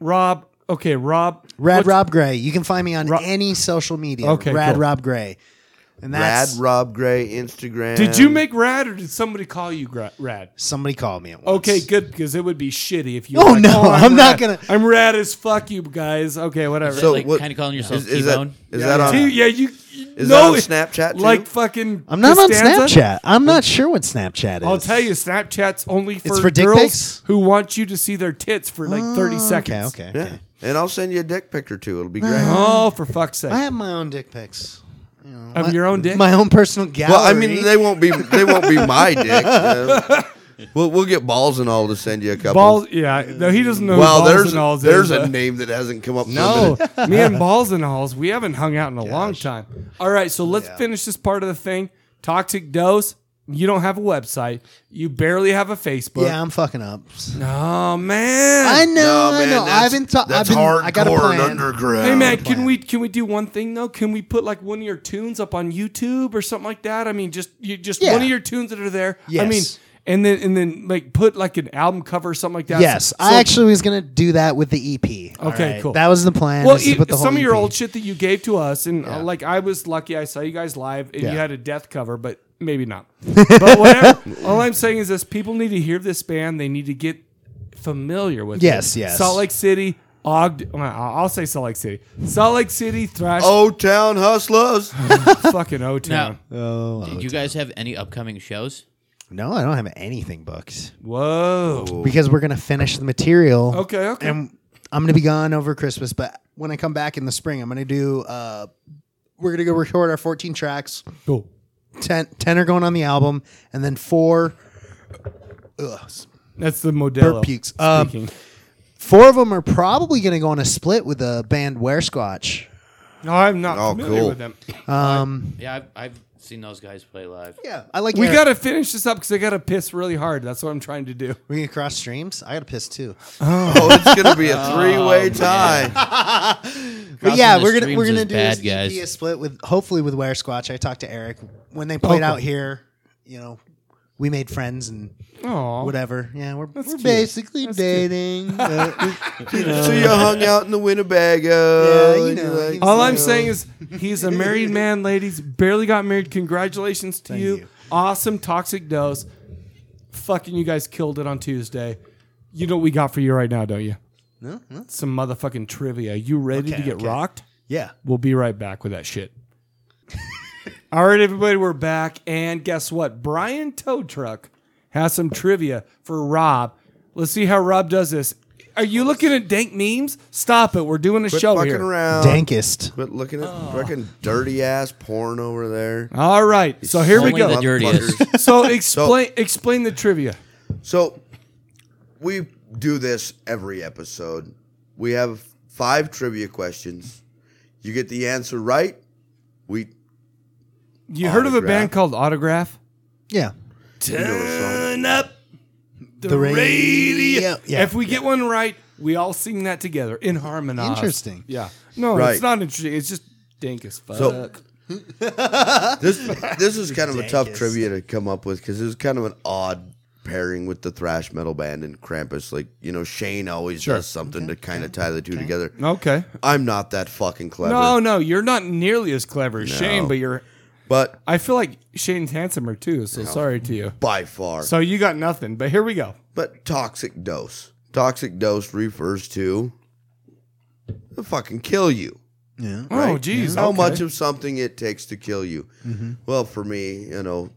S1: Rob. Okay, Rob.
S5: Rad
S1: what's-
S5: Rob Gray. You can find me on
S1: Ro-
S5: any social media.
S1: Okay,
S5: Rad
S1: cool.
S5: Rob Gray. And
S3: Rad
S5: that's
S3: Rob Gray Instagram.
S1: Did you make Rad or did somebody call you gra- Rad?
S5: somebody called me at once.
S1: Okay, good because it would be shitty if you.
S5: Oh,
S1: were like,
S5: no, I'm not
S1: rad.
S5: gonna-
S1: I'm rad as fuck, you guys. Okay, whatever.
S3: So
S6: like
S3: what-
S6: kind of calling yourself
S3: Is, is that
S6: T-Bone?
S3: is that on?
S1: Dude, yeah, you.
S3: Is
S1: no,
S3: that on
S1: it-
S3: Snapchat too?
S1: Like fucking.
S5: I'm not on
S1: Costanza?
S5: Snapchat. I'm not sure what Snapchat is.
S1: I'll tell you, Snapchat's only for,
S5: for dick
S1: girls
S5: pics? Oh,
S1: who want you to see their tits for like 30
S5: Okay,
S1: seconds.
S5: okay.
S3: Yeah,
S5: okay.
S3: and I'll send you a dick picture too. It'll be great.
S1: Oh, for fuck's sake!
S5: I have my own dick pics. You know,
S1: Of
S5: my-
S1: your own dick?
S5: My own personal gallery.
S3: Well, I mean, they won't be they won't be my dick. uh, we'll we'll get balls and all to send you a couple.
S1: balls. Yeah, no, he doesn't know.
S3: Well,
S1: who balls
S3: there's
S1: and alls
S3: there's
S1: is,
S3: a
S1: uh,
S3: name that hasn't come up. for a
S1: No,
S3: minute.
S1: me and balls and alls. We haven't hung out in a long time. All right, so let's finish this part of the thing. Toxic dose. You don't have a website. You barely have a Facebook.
S5: yeah, I'm fucking up.
S1: Oh man.
S5: I know,
S3: No,
S5: I
S3: Oh, man,
S5: know.
S3: that's-
S5: I've been talking.
S3: That's
S5: I've been,
S3: hardcore
S5: I got a plan.
S3: and underground.
S1: Hey man,
S5: plan.
S1: can we can we do one thing though? Can we put like one of your tunes up on YouTube or something like that? I mean, just you just
S5: Yeah.
S1: one of your tunes that are there. I mean,
S5: Yes.
S1: and then and then like put like an album cover or something like that.
S5: yes,
S1: So-
S5: I
S1: so-
S5: actually was gonna do that with the EP. All
S1: Okay,
S5: right,
S1: cool.
S5: That was the plan.
S1: Well,
S5: was to
S1: e-
S5: put the whole
S1: some of your
S5: EP.
S1: old shit that you gave to us, and uh, like I was lucky, I saw you guys live, and you
S5: Yeah.
S1: had a death cover, but maybe not. but whatever. All I'm saying is this: people need to hear this band. They need to get familiar with.
S5: Yes,
S1: it.
S5: yes.
S1: Salt Lake City, Ogden. well, I'll I'll say Salt Lake City, Salt Lake City thrash,
S5: Oh.
S3: O Town Hustlers.
S1: fucking O Town.
S6: Did you guys have any upcoming shows?
S5: No, I don't have anything booked
S1: Whoa.
S5: because we're gonna finish the material.
S1: Okay. Okay.
S5: and I'm gonna be gone over Christmas, but when I come back in the spring, I'm gonna do. Uh, we're gonna go record our 14 tracks.
S1: cool.
S5: 10, 10 are going on the album, and then four. Ugh,
S1: That's the Modelo.
S5: Burp pukes. Um,
S1: speaking.
S5: four of them are probably gonna go on a split with the band Wear Squatch.
S1: no, I'm not
S3: Oh,
S1: familiar
S3: cool.
S1: with them.
S6: Yeah, I've, I've seen those guys play live.
S5: Yeah, I like.
S1: We
S5: Eric.
S1: gotta finish this up because I gotta piss really hard. That's what I'm trying to do.
S5: We gonna cross streams. I gotta piss too.
S3: Oh, it's gonna be a three way tie.
S5: But yeah,
S6: the
S5: we're gonna
S6: streams
S5: we're gonna
S6: is
S5: do
S6: bad,
S5: this EP
S6: guys.
S5: a split with hopefully with Wear Squatch. I talked to Eric when they played
S1: Okay.
S5: out here. You know, we made friends and
S1: Aw.
S5: whatever. Yeah, we're, we're
S1: cute.
S5: basically
S1: That's cute.
S5: dating. uh,
S3: So you hung out in the Winnebago.
S5: Yeah, you
S3: and you're
S5: know,
S3: like,
S5: you
S1: All
S5: So-
S1: I'm saying is he's a married man, ladies. Barely got married. Congratulations to you.
S5: you.
S1: Awesome toxic dose. Fucking you guys killed it on Tuesday. You know what we got for you right now, don't you?
S5: no, no?
S1: Some motherfucking trivia. You ready
S5: Okay,
S1: to get
S5: okay.
S1: rocked?
S5: Yeah.
S1: We'll be right back with that shit. All right, everybody, we're back. And guess what? Brian Tow Truck has some trivia for Rob. Let's see how Rob does this. Are you looking at dank memes? Stop it. We're doing a
S3: Quit
S1: show
S3: fucking
S1: here.
S5: Uh,
S3: around.
S5: Dankest.
S3: Quit looking at fucking dirty ass porn over there.
S1: All right. So here we
S6: Only
S1: go.
S6: the dirtiest.
S3: Motherfuckers.
S1: so explain explain the trivia.
S3: So we do this every episode. We have five trivia questions. You get the answer right. We
S1: You heard of a
S3: Autograph.
S1: band called Autograph?
S5: Yeah.
S3: you know the song.
S1: up the,
S5: radio. Yeah,
S1: if we get one right, we all sing that together in harmony.
S5: Interesting.
S1: Yeah. No,
S3: Right.
S1: it's not interesting. It's just dank as fuck.
S3: So- This this is kind of a tough trivia to come up with because it was kind of an odd pairing with the thrash metal band and Krampus. Like you know, Shane always does something to kind of tie the two together.
S1: okay.
S3: I'm not that fucking clever.
S1: No, no, you're not nearly as clever as Shane, but you're.
S3: but
S1: I feel like Shane's handsomer too. So sorry to you.
S3: by far.
S1: So you got nothing. But here we go.
S3: But toxic dose. Toxic dose refers to the fucking kill you.
S5: Yeah.
S1: Oh, geez.
S3: How
S1: okay.
S3: much of something it takes to kill you. Well, for me, you know,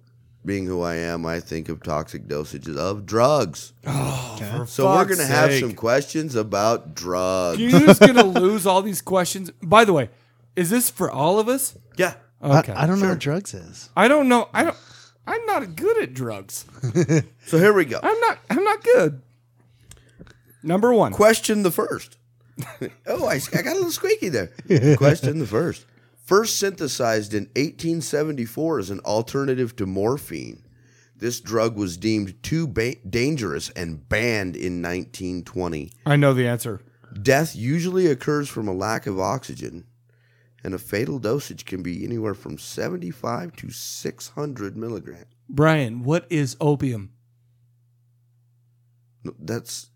S3: being who I am, I think of toxic dosages of drugs. so we're
S1: fuck's
S3: gonna have
S1: sake.
S3: some questions about drugs.
S1: You're just gonna lose all these questions. By the way, is this for all of us?
S3: yeah.
S1: Okay.
S5: I, I don't know what drugs is.
S1: I don't know. I don't. I'm not good at drugs.
S3: So here we go.
S1: I'm not. I'm not good. Number one.
S3: Question the first. oh, I, I got a little squeaky there. Question the first. First synthesized in 1874 as an alternative to morphine. This drug was deemed too ba- dangerous and banned in 1920.
S1: I know the answer.
S3: Death usually occurs from a lack of oxygen, and a fatal dosage can be anywhere from 75 to 600 milligrams.
S1: Brian, what is opium?
S3: No, That's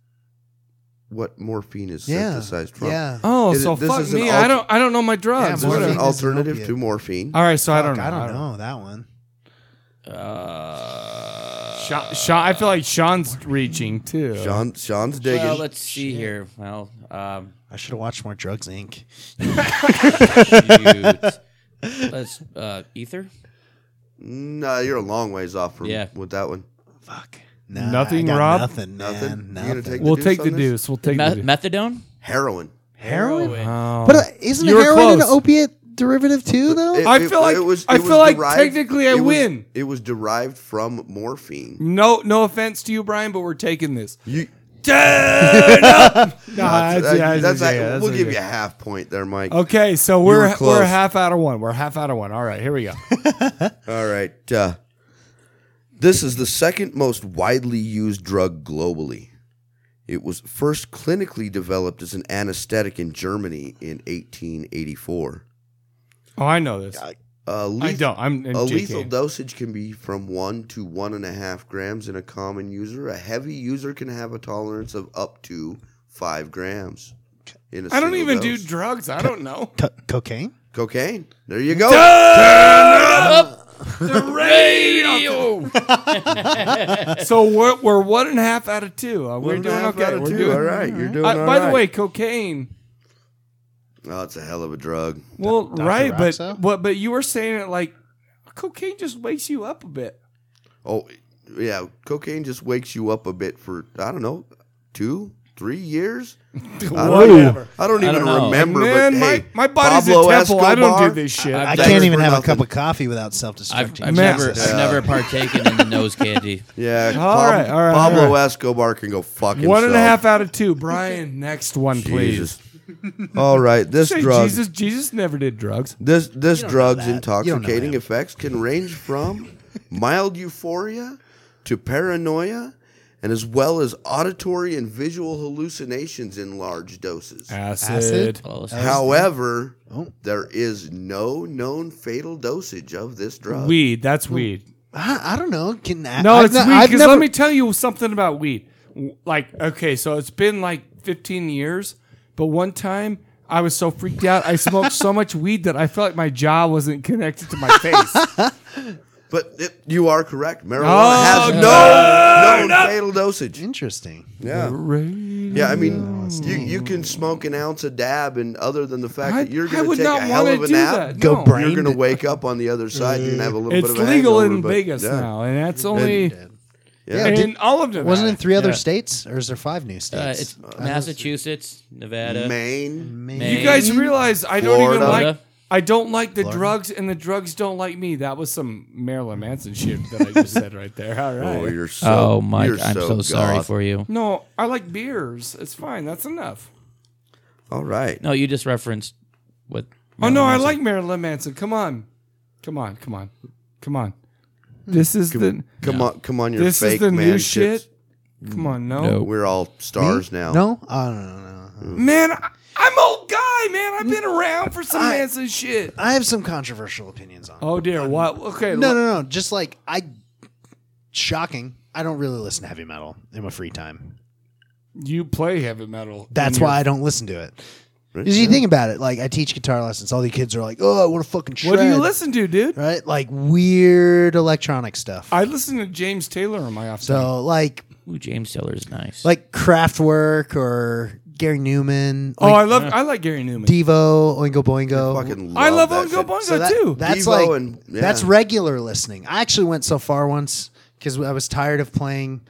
S3: what morphine is
S5: Yeah.
S3: synthesized from.
S5: Yeah.
S1: Oh,
S3: Is it-
S1: so
S3: this
S1: fuck
S3: is an
S1: me.
S3: alt-
S1: I don't. I don't know my drugs.
S3: This is
S1: What
S3: an
S1: are-
S5: Morphine is an
S3: alternative
S5: opiate.
S3: to morphine.
S1: All right, so I don't know.
S5: Fuck, I don't know that one.
S1: Sha- Sha- I feel like Sean's reaching too.
S3: Sean, Sean's digging.
S6: Well, let's see here. Well, um,
S5: I should have watched more Drugs Inc.
S6: shoot. let's uh, ether.
S3: no, you're a long ways off from
S6: Yeah.
S3: with that one.
S5: Fuck. Nah,
S1: Nothing,
S5: I got
S1: Rob?
S5: Nothing. Man,
S3: Nothing?
S5: nothing.
S3: You gonna take
S1: We'll
S3: deuce
S1: take
S3: on
S1: the
S3: this?
S1: deuce. We'll take the
S6: Meth-
S1: deuce.
S6: methadone.
S3: Heroin.
S5: heroin?
S1: Oh.
S5: But uh, isn't
S1: You were
S5: heroin an
S1: close.
S5: opiate derivative too, though?
S3: It-
S1: I
S3: it-
S1: feel like-
S3: it was-
S1: I
S3: it was
S1: feel like
S3: derived-
S1: technically I
S3: it was-
S1: win.
S3: it was derived from morphine.
S1: no, no offense to you, Brian, but we're taking this.
S3: You,
S1: Nah,
S3: that-
S1: yeah,
S3: that's
S1: yeah,
S3: like-
S1: yeah,
S3: we'll
S1: that's
S3: give
S1: okay.
S3: you a half point there, Mike.
S1: Okay, so we're
S3: were
S1: we're
S3: close.
S1: half out of one. We're half out of one. All right, here we go.
S3: All right. Uh, this is the second most widely used drug globally. It was first clinically developed as an anesthetic in Germany in 1884.
S1: Oh, I know this.
S3: A lethal,
S1: I don't. I'm
S3: A lethal
S1: JK.
S3: dosage can be from one to one and a half grams in a common user. A heavy user can have a tolerance of up to five grams. In a
S1: I don't
S3: single
S1: even
S3: dose.
S1: do drugs. I don't know.
S5: Co- cocaine?
S3: cocaine. There you go.
S6: Radio.
S1: so we're, we're one and a half out of two. Uh, We're
S3: One and a
S1: doing
S3: half
S1: okay.
S3: out of
S1: We're
S3: two.
S1: doing.
S3: all right, you're doing.
S1: Uh,
S3: all
S1: by the
S3: right.
S1: way, cocaine.
S3: oh, it's a hell of a drug.
S1: Well, right,
S5: Roxo?
S1: but but but you were saying it like cocaine just wakes you up a bit.
S3: Oh, yeah, cocaine just wakes you up a bit for I don't know, two, three years.
S1: Whatever.
S3: I don't even
S6: don't know.
S3: remember.
S1: Man,
S3: but
S1: my,
S3: hey,
S1: my body's
S3: Pablo
S1: a temple. I don't
S3: Escobar,
S1: do this shit.
S5: I
S3: Thanks
S5: can't even
S3: for
S5: have a
S3: nothing.
S5: cup of coffee without self
S6: I've,
S5: destructing.
S6: I've never, I've
S3: Yeah.
S6: never partaken in the nose candy.
S3: Yeah,
S1: All
S3: Pab-
S1: right, all right,
S3: Pablo
S1: all right.
S3: Escobar can go fuck himself.
S1: One and a half out of two. Brian, next one, please.
S3: Jesus. all right, this
S1: Say
S3: drug.
S1: Jesus, Jesus never did drugs.
S3: This this drug's
S5: that. You don't know
S3: intoxicating
S5: him.
S3: effects can range from mild euphoria to paranoia, and as well as auditory and visual hallucinations in large doses.
S1: Acid.
S5: Acid?
S6: Well,
S1: Uh,
S6: let's-
S3: However,
S5: Oh.
S3: there is no known fatal dosage of this drug.
S1: Weed. That's weed.
S5: I, I don't know. Can I,
S1: No,
S5: I've
S1: it's
S5: ne-
S1: weed.
S5: I've
S1: 'cause
S5: never-
S1: let me tell you something about weed. W- Like, okay, so it's been like 15 years, but one time I was so freaked out, I smoked so much weed that I felt like my jaw wasn't connected to my face.
S3: But it, you are correct. Marijuana
S1: Oh,
S3: has no known fatal dosage.
S5: Interesting.
S1: Mm-hmm.
S3: Yeah. Yeah, I mean, you, you can smoke an ounce of dab, and other than the fact
S1: I,
S3: that you're
S1: I
S3: going to
S1: would
S3: take
S1: not
S3: a hell
S1: want
S3: of
S1: to
S3: a
S1: do
S3: nap,
S1: that.
S5: Go
S1: no.
S5: brain.
S3: You're gonna wake up on the other side. You're gonna have a little
S1: It's
S3: bit of a
S1: legal
S3: hangover,
S1: in
S3: but-
S1: Vegas
S3: yeah.
S1: now, and that's only
S3: Yeah,
S1: in
S5: did-
S1: all of Nevada.
S5: Wasn't it in three other
S6: Yeah.
S5: states, or is there five new states?
S6: uh, it's Massachusetts, Nevada.
S3: Maine.
S5: Man.
S6: Maine.
S1: You guys realize I don't even
S3: Florida.
S1: like. I don't like the
S5: Florida.
S1: drugs, and the drugs don't like me. That was some Marilyn Manson shit that I just said right there. All right.
S3: Oh, you're so.
S6: Oh, Mike,
S3: you're
S6: I'm so,
S3: goth.
S6: sorry for you.
S1: No, I like beers. It's fine. That's enough.
S3: All right.
S6: No, you just referenced what?
S1: Oh no, I like Marilyn Manson. Come on, come on, come on, come on. This is the
S3: Come on, come on, your
S1: this
S3: fake
S1: is the
S3: man
S1: new
S3: shits.
S1: shit. Come on, no,
S6: No.
S3: We're all stars now.
S5: No, I don't know. no.
S1: man. I- I'm old guy, man. I've been around for some Manson shit.
S5: I have some controversial opinions on. it.
S1: Oh dear, what? Okay,
S5: No,
S1: look-
S5: no, no. Just like I, shocking. I don't really listen to heavy metal in my free time.
S1: you play heavy metal.
S5: That's
S1: And
S5: why I don't listen to it. Because you think about it, like I teach guitar lessons. All the kids are like, "Oh, I want to fucking
S1: you're-
S5: shred."
S1: What do you listen to, dude?
S5: Right, like weird electronic stuff.
S1: I listen to James Taylor on my off time.
S5: so like
S6: Ooh, James Taylor's nice.
S5: like Kraftwerk or Gary Newman.
S1: Oh,
S5: like
S1: I love I like Gary Newman.
S5: Devo, Oingo Boingo.
S3: Fucking
S1: I love
S3: that
S1: Oingo
S3: shit.
S1: Boingo
S5: So that-
S1: too.
S5: That's
S3: Devo
S5: like
S3: and- yeah.
S5: that's regular listening. I actually went so far once because I was tired of playing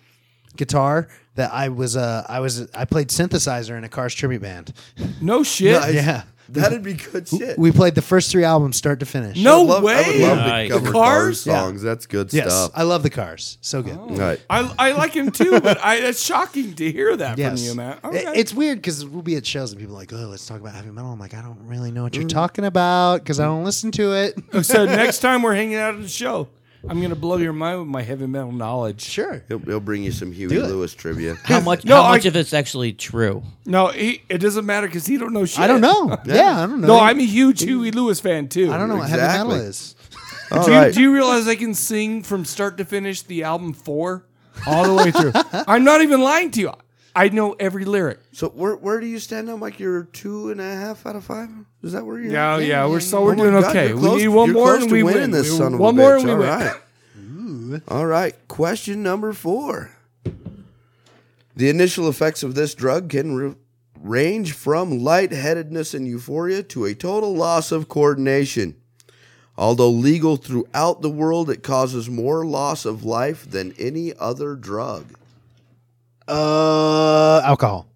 S5: guitar that I was uh I was I played synthesizer in a Cars tribute band.
S1: no shit.
S3: Nice.
S5: Yeah,
S3: That'd be good shit.
S5: We played the first three albums start to finish.
S3: I
S1: No
S3: would love, I would
S1: way.
S3: love
S6: Nice.
S3: to cover
S1: The
S3: Cars
S1: Cars?
S3: songs. That's good
S5: Yes,
S3: stuff.
S5: I love the Cars. So good.
S1: Oh,
S3: All right.
S1: I, I like him too, but I, it's shocking to hear that
S5: Yes.
S1: from you, Matt.
S5: I-
S1: Okay.
S5: It's weird because we'll be at shows and people are like, oh, let's talk about heavy metal. I'm like, I don't really know what you're
S3: Mm.
S5: talking about because I don't listen to it.
S1: so next time we're hanging out at the show, I'm gonna blow your mind with my heavy metal knowledge.
S5: sure.
S3: He'll, he'll bring you some Huey
S5: Do it.
S3: Lewis trivia.
S6: How much?
S1: No,
S6: how much
S1: I-
S6: of it's actually true?
S1: No, he, it doesn't matter because he don't know shit.
S5: I don't know. yeah. I don't know.
S1: No, I'm a huge Huey Lewis fan too.
S5: I don't know what heavy
S3: Exactly.
S5: metal is.
S3: All
S1: Do you,
S3: right.
S1: do you realize I can sing from start to finish the album four all the way through? I'm not even lying to you. I know every lyric.
S3: so where where do you stand now, Mike? You're two and a half out of five. Is that where you're?
S1: Yeah, yeah, we're so
S3: Oh
S1: we're
S3: my
S1: doing
S3: God,
S1: okay.
S3: you're close-
S1: we need one
S3: you're
S1: more
S3: close
S1: and
S3: to
S1: we
S3: winning
S1: win.
S3: This
S1: We-
S3: son of a
S1: one more
S3: bitch.
S1: and we
S3: All
S1: win.
S3: right. All right. Question number four. The initial effects of this drug can re- range from lightheadedness and euphoria to a total loss of coordination. Although legal throughout the world, it causes more loss of life than any other drug.
S5: Uh, alcohol.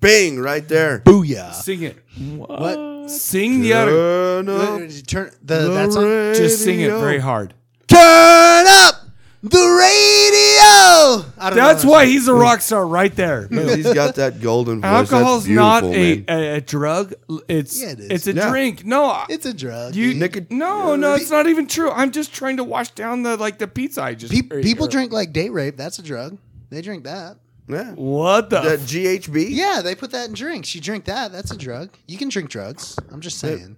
S3: Bing, right there.
S5: Booyah.
S1: Sing it.
S5: What?
S1: Sing the other.
S3: Turn up
S5: Turn the,
S3: the
S5: that song.
S3: radio.
S1: Just sing it very hard.
S3: Turn up the radio.
S5: I don't know
S1: That's
S5: that
S1: why
S5: song.
S1: he's a rock star right there.
S3: He's got that golden voice.
S1: Alcohol's
S3: That's beautiful,
S1: not a,
S3: man.
S1: a, a drug. L- It's
S5: Yeah, it is.
S1: it's a
S3: Yeah.
S1: drink. No, I-
S5: It's a drug.
S1: you
S3: Nicot-
S1: no no. It's not even true. I'm just trying to wash down the like the pizza I just.
S5: Pe-
S1: ate
S5: people
S1: earlier.
S5: drink like date rape. That's a drug. They drink that.
S3: Yeah.
S1: What the?
S3: That
S1: f-
S3: GHB.
S5: Yeah, they put that in drinks. You drink that. That's a drug. You can drink drugs. I'm just saying.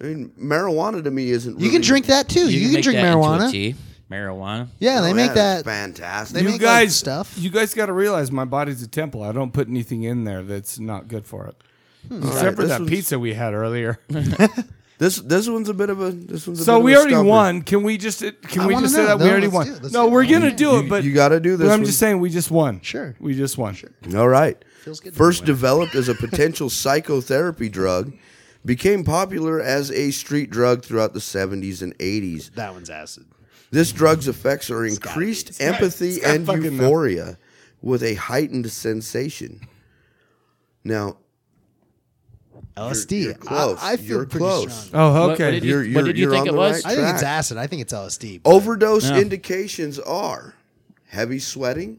S3: I mean, marijuana to me isn't.
S5: You can
S3: really-
S5: drink that too. You, can
S6: make
S5: drink
S6: that into a
S5: marijuana.
S6: tea. Marijuana.
S5: Yeah, they
S3: Oh,
S5: make
S3: that is
S5: that.
S3: fantastic.
S5: They
S1: you
S5: make, like,
S1: guys
S5: stuff.
S1: You guys got to realize my body's a temple. I don't put anything in there that's not good for it. Except
S3: Alright,
S1: for
S3: this
S1: that
S3: one's-
S1: pizza we had earlier.
S3: This this one's a bit of a. This one's. A
S1: so
S3: bit
S1: we
S3: of a
S1: already
S3: stumper.
S1: won. Can we just? uh, Can
S5: I
S1: we
S5: wanna
S1: just say
S5: know.
S1: that we
S5: No,
S1: already
S5: let's
S1: won?
S5: do it. Let's
S1: No,
S5: do it.
S1: we're gonna do it.
S3: You-
S1: But
S3: you gotta do
S1: but
S3: this
S1: I'm
S3: one.
S1: just saying we just won.
S5: Sure.
S1: we just won.
S3: All right.
S5: good to
S3: First developed as a potential psychotherapy drug, became popular as a street drug throughout the 70s and 80s.
S5: That one's acid.
S3: This drug's effects are increased empathy
S1: it's gotta
S3: and
S1: fucking know.
S3: euphoria with a heightened sensation. Now,
S5: LSD.
S3: you're close.
S5: I, I feel
S3: You're
S5: pretty
S3: close.
S5: strong.
S1: Oh,
S6: What-
S1: okay.
S6: What did you,
S3: You're-
S6: what
S3: you're-
S6: did you
S3: you're
S6: think
S3: on
S6: it
S3: the
S6: was?
S3: right-
S5: I think it's
S3: Track.
S5: acid. I think it's LSD.
S3: Oh,
S5: but-
S3: overdose
S6: Yeah.
S3: indications are heavy sweating,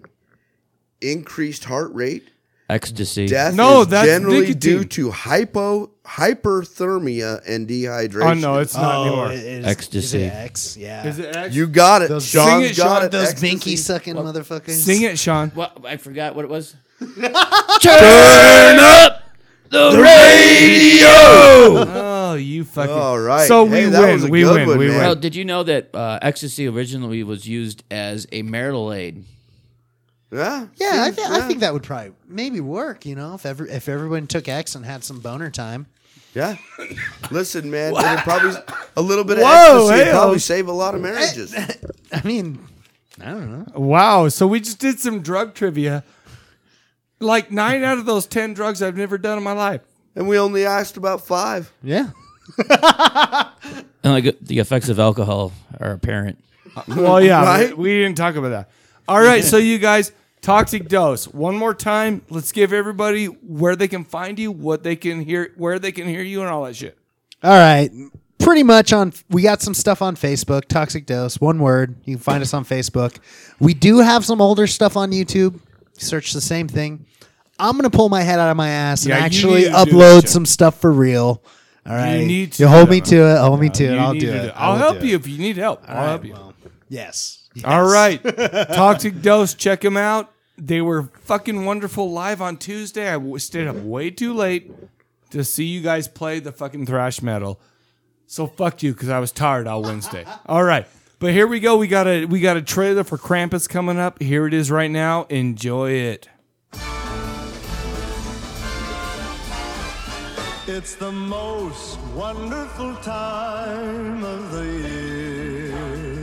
S3: increased heart rate,
S6: Ecstasy.
S3: death
S1: No,
S3: is
S1: that's
S3: generally
S1: nicotine.
S3: due to hypo hyperthermia and dehydration.
S1: Oh no, it's not
S5: oh,
S1: anymore.
S5: it is,
S6: Ecstasy.
S5: Is it X? Yeah.
S1: Is it X?
S3: You got it.
S5: Those-
S3: Sean's
S1: Sing it,
S3: got
S1: Sean,
S3: it.
S5: Those
S3: Ecstasy.
S5: binky sucking motherfuckers.
S1: Sing it, Sean.
S6: What? I forgot what it was.
S1: Oh, you fucking.
S3: All right.
S1: So
S3: Hey,
S1: we
S3: that was a
S1: win. We
S3: good
S1: win.
S3: one,
S1: we
S3: man.
S6: Well,
S1: win.
S6: did you know that uh, ecstasy originally was used as a marital aid?
S3: Yeah.
S5: Yeah, I,
S3: seems-
S5: th- I think that would probably maybe work. You know, if every if everyone took X and had some boner time.
S3: Yeah. Listen, man, it'll probably a little bit of
S1: Whoa,
S3: ecstasy
S1: hey,
S3: will probably
S1: oh.
S3: save a lot of marriages.
S5: I mean, I don't know.
S1: Wow. So we just did some drug trivia. Like nine out of those ten drugs I've never done in my life.
S3: and we only asked about five.
S5: Yeah.
S6: And like the effects of alcohol are apparent.
S1: Well, yeah,
S3: Right?
S1: we, we didn't talk about that. All right, so you guys, toxic dose. One more time. Let's give everybody where they can find you, what they can hear, where they can hear you, and all that shit.
S5: All right. Pretty much on, we got some stuff on Facebook, Toxic Dose, one word. You can find us on Facebook. We do have some older stuff on YouTube. Search the same thing. I'm going to pull my head out of my ass and
S1: Yeah, you
S5: actually
S1: need to do that
S5: upload
S1: shit.
S5: some stuff for real. All right.
S1: need to
S5: You hold
S1: do
S5: me
S1: that,
S5: to it. Hold me to
S1: You
S5: it. I'll
S1: need
S5: do
S1: to
S5: it. I
S1: I'll
S5: will
S1: help
S5: do
S1: you
S5: it.
S1: if you need help. I'll
S5: All
S1: help
S5: right,
S1: you.
S5: well, yes.
S1: All right, toxic dose. Check them out. They were fucking wonderful live on Tuesday. I w- stayed up way too late to see you guys play the fucking thrash metal. So fuck you, because I was tired all Wednesday. all right, but here we go. We got a we got a trailer for Krampus coming up. Here it is right now. Enjoy it.
S8: It's the most wonderful time of the year.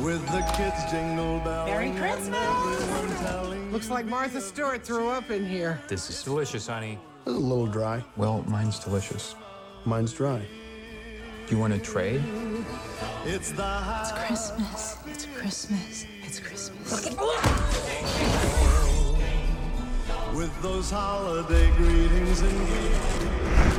S8: With the kids jingle bells. Merry Christmas!
S9: Looks like Martha Stewart threw up in here.
S10: This is delicious, honey.
S8: a little dry.
S10: Well, mine's delicious.
S8: Mine's dry.
S10: Do you want to trade?
S8: It's the high
S11: Christmas. It's Christmas. It's Christmas.
S8: with those holiday greetings and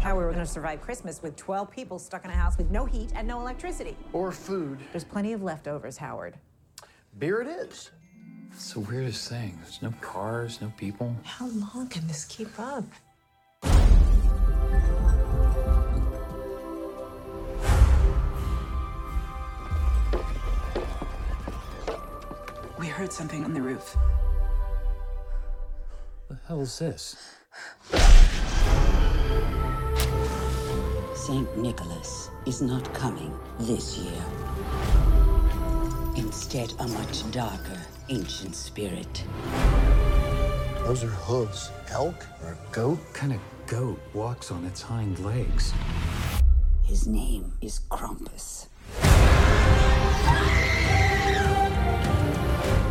S11: How we were going to survive Christmas with 12 people stuck in a house with no heat and no electricity.
S12: Or food.
S11: There's plenty of leftovers, Howard.
S12: Beer it is.
S10: It's the weirdest thing. There's no cars, no people.
S11: How long can this keep up?
S13: We heard something on the roof.
S10: The hell's this?
S14: St. Nicholas is not coming this year. Instead, a much darker ancient spirit.
S10: Those are hooves. Elk or a goat? What kind of goat walks on its hind legs?
S14: His name is Krampus.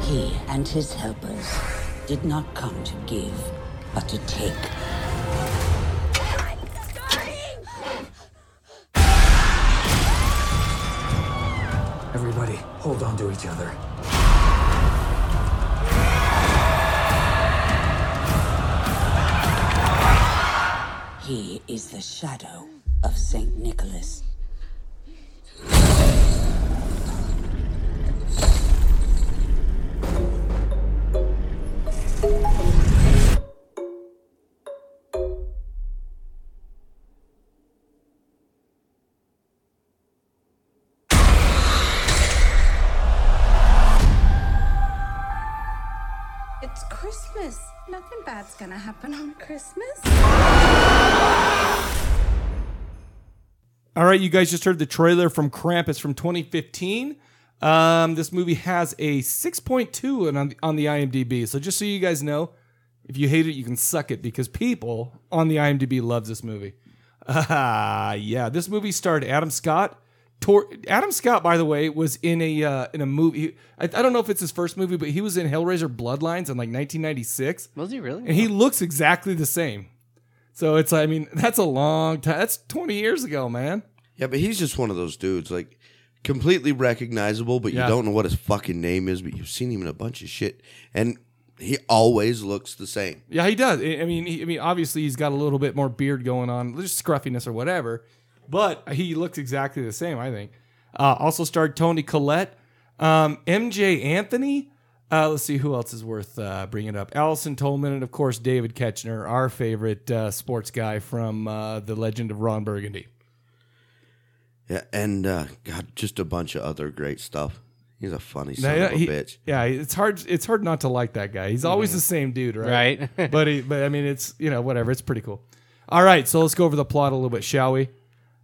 S14: He and his helpers did not come to give, but to take.
S10: Everybody, hold on to each other.
S14: He is the shadow of St. Nicholas.
S15: It's Christmas. Nothing bad's gonna happen on Christmas.
S1: All right, you guys just heard the trailer from Krampus from 2015. Um, this movie has a 6.2 on- on the, on the IMDb. So just so you guys know, if you hate it, you can suck it because people on the IMDb loves this movie. Ah, yeah, this movie starred Adam Scott. Tor- Adam Scott, by the way, was in a uh, in a movie. I, I don't know if it's his first movie, but he was in Hellraiser Bloodlines in like 1996.
S4: Was he really?
S1: And he looks exactly the same. So it's I mean that's a long time. That's 20 years ago, man.
S3: Yeah, but he's just one of those dudes, like completely recognizable, but
S1: Yeah.
S3: you don't know what his fucking name is. But you've seen him in a bunch of shit, and he always looks the same.
S1: Yeah, he does. I I mean, he, I mean, obviously he's got a little bit more beard going on, just scruffiness or whatever, but he looks exactly the same. I think. Uh, also starred Tony Collette, um, MJ Anthony. Uh, let's see who else is worth uh, bringing up. Allison Tolman, and of course David Ketchner, our favorite uh, sports guy from uh, the Legend of Ron Burgundy.
S3: Yeah, and uh, God, just a bunch of other great stuff. He's a funny
S1: Now,
S3: son
S1: yeah,
S3: of a
S1: he-
S3: bitch.
S1: yeah, it's hard. It's hard not to like that guy. He's always the same dude, right?
S4: Right.
S1: but he, but I mean, it's you know whatever. It's pretty cool. All right, so let's go over the plot a little bit, shall we?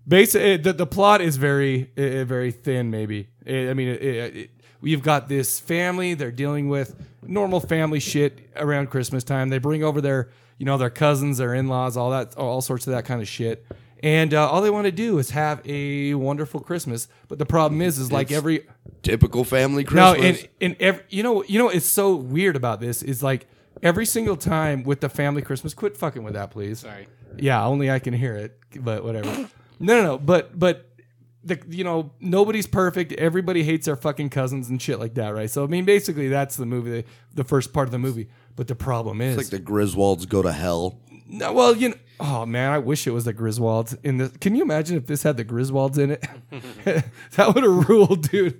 S1: Basically, the, the plot is very eh, eh, very thin. Maybe Eh, I mean, it, it, it, we've got this family. They're dealing with normal family shit around Christmas time. They bring over their you know their cousins, their in laws, all that, all sorts of that kind of shit. And uh, all they want to do is have a wonderful Christmas. But the problem is, is like
S3: It's
S1: every
S3: typical family Christmas.
S1: no, and and every, you know you know it's so weird about this is like every single time with the family Christmas. Quit fucking with that, please. Sorry. Yeah, only I can hear it, but whatever. no, no, no. But but the you know nobody's perfect. Everybody hates their fucking cousins and shit like that, right? So I mean, basically that's the movie, the, the first part of the movie. But the problem is
S3: it's like the Griswolds go to hell.
S1: no, well, you know, oh man, I wish it was the Griswolds in this. Can you imagine if this had the Griswolds in it? that would have ruled, dude.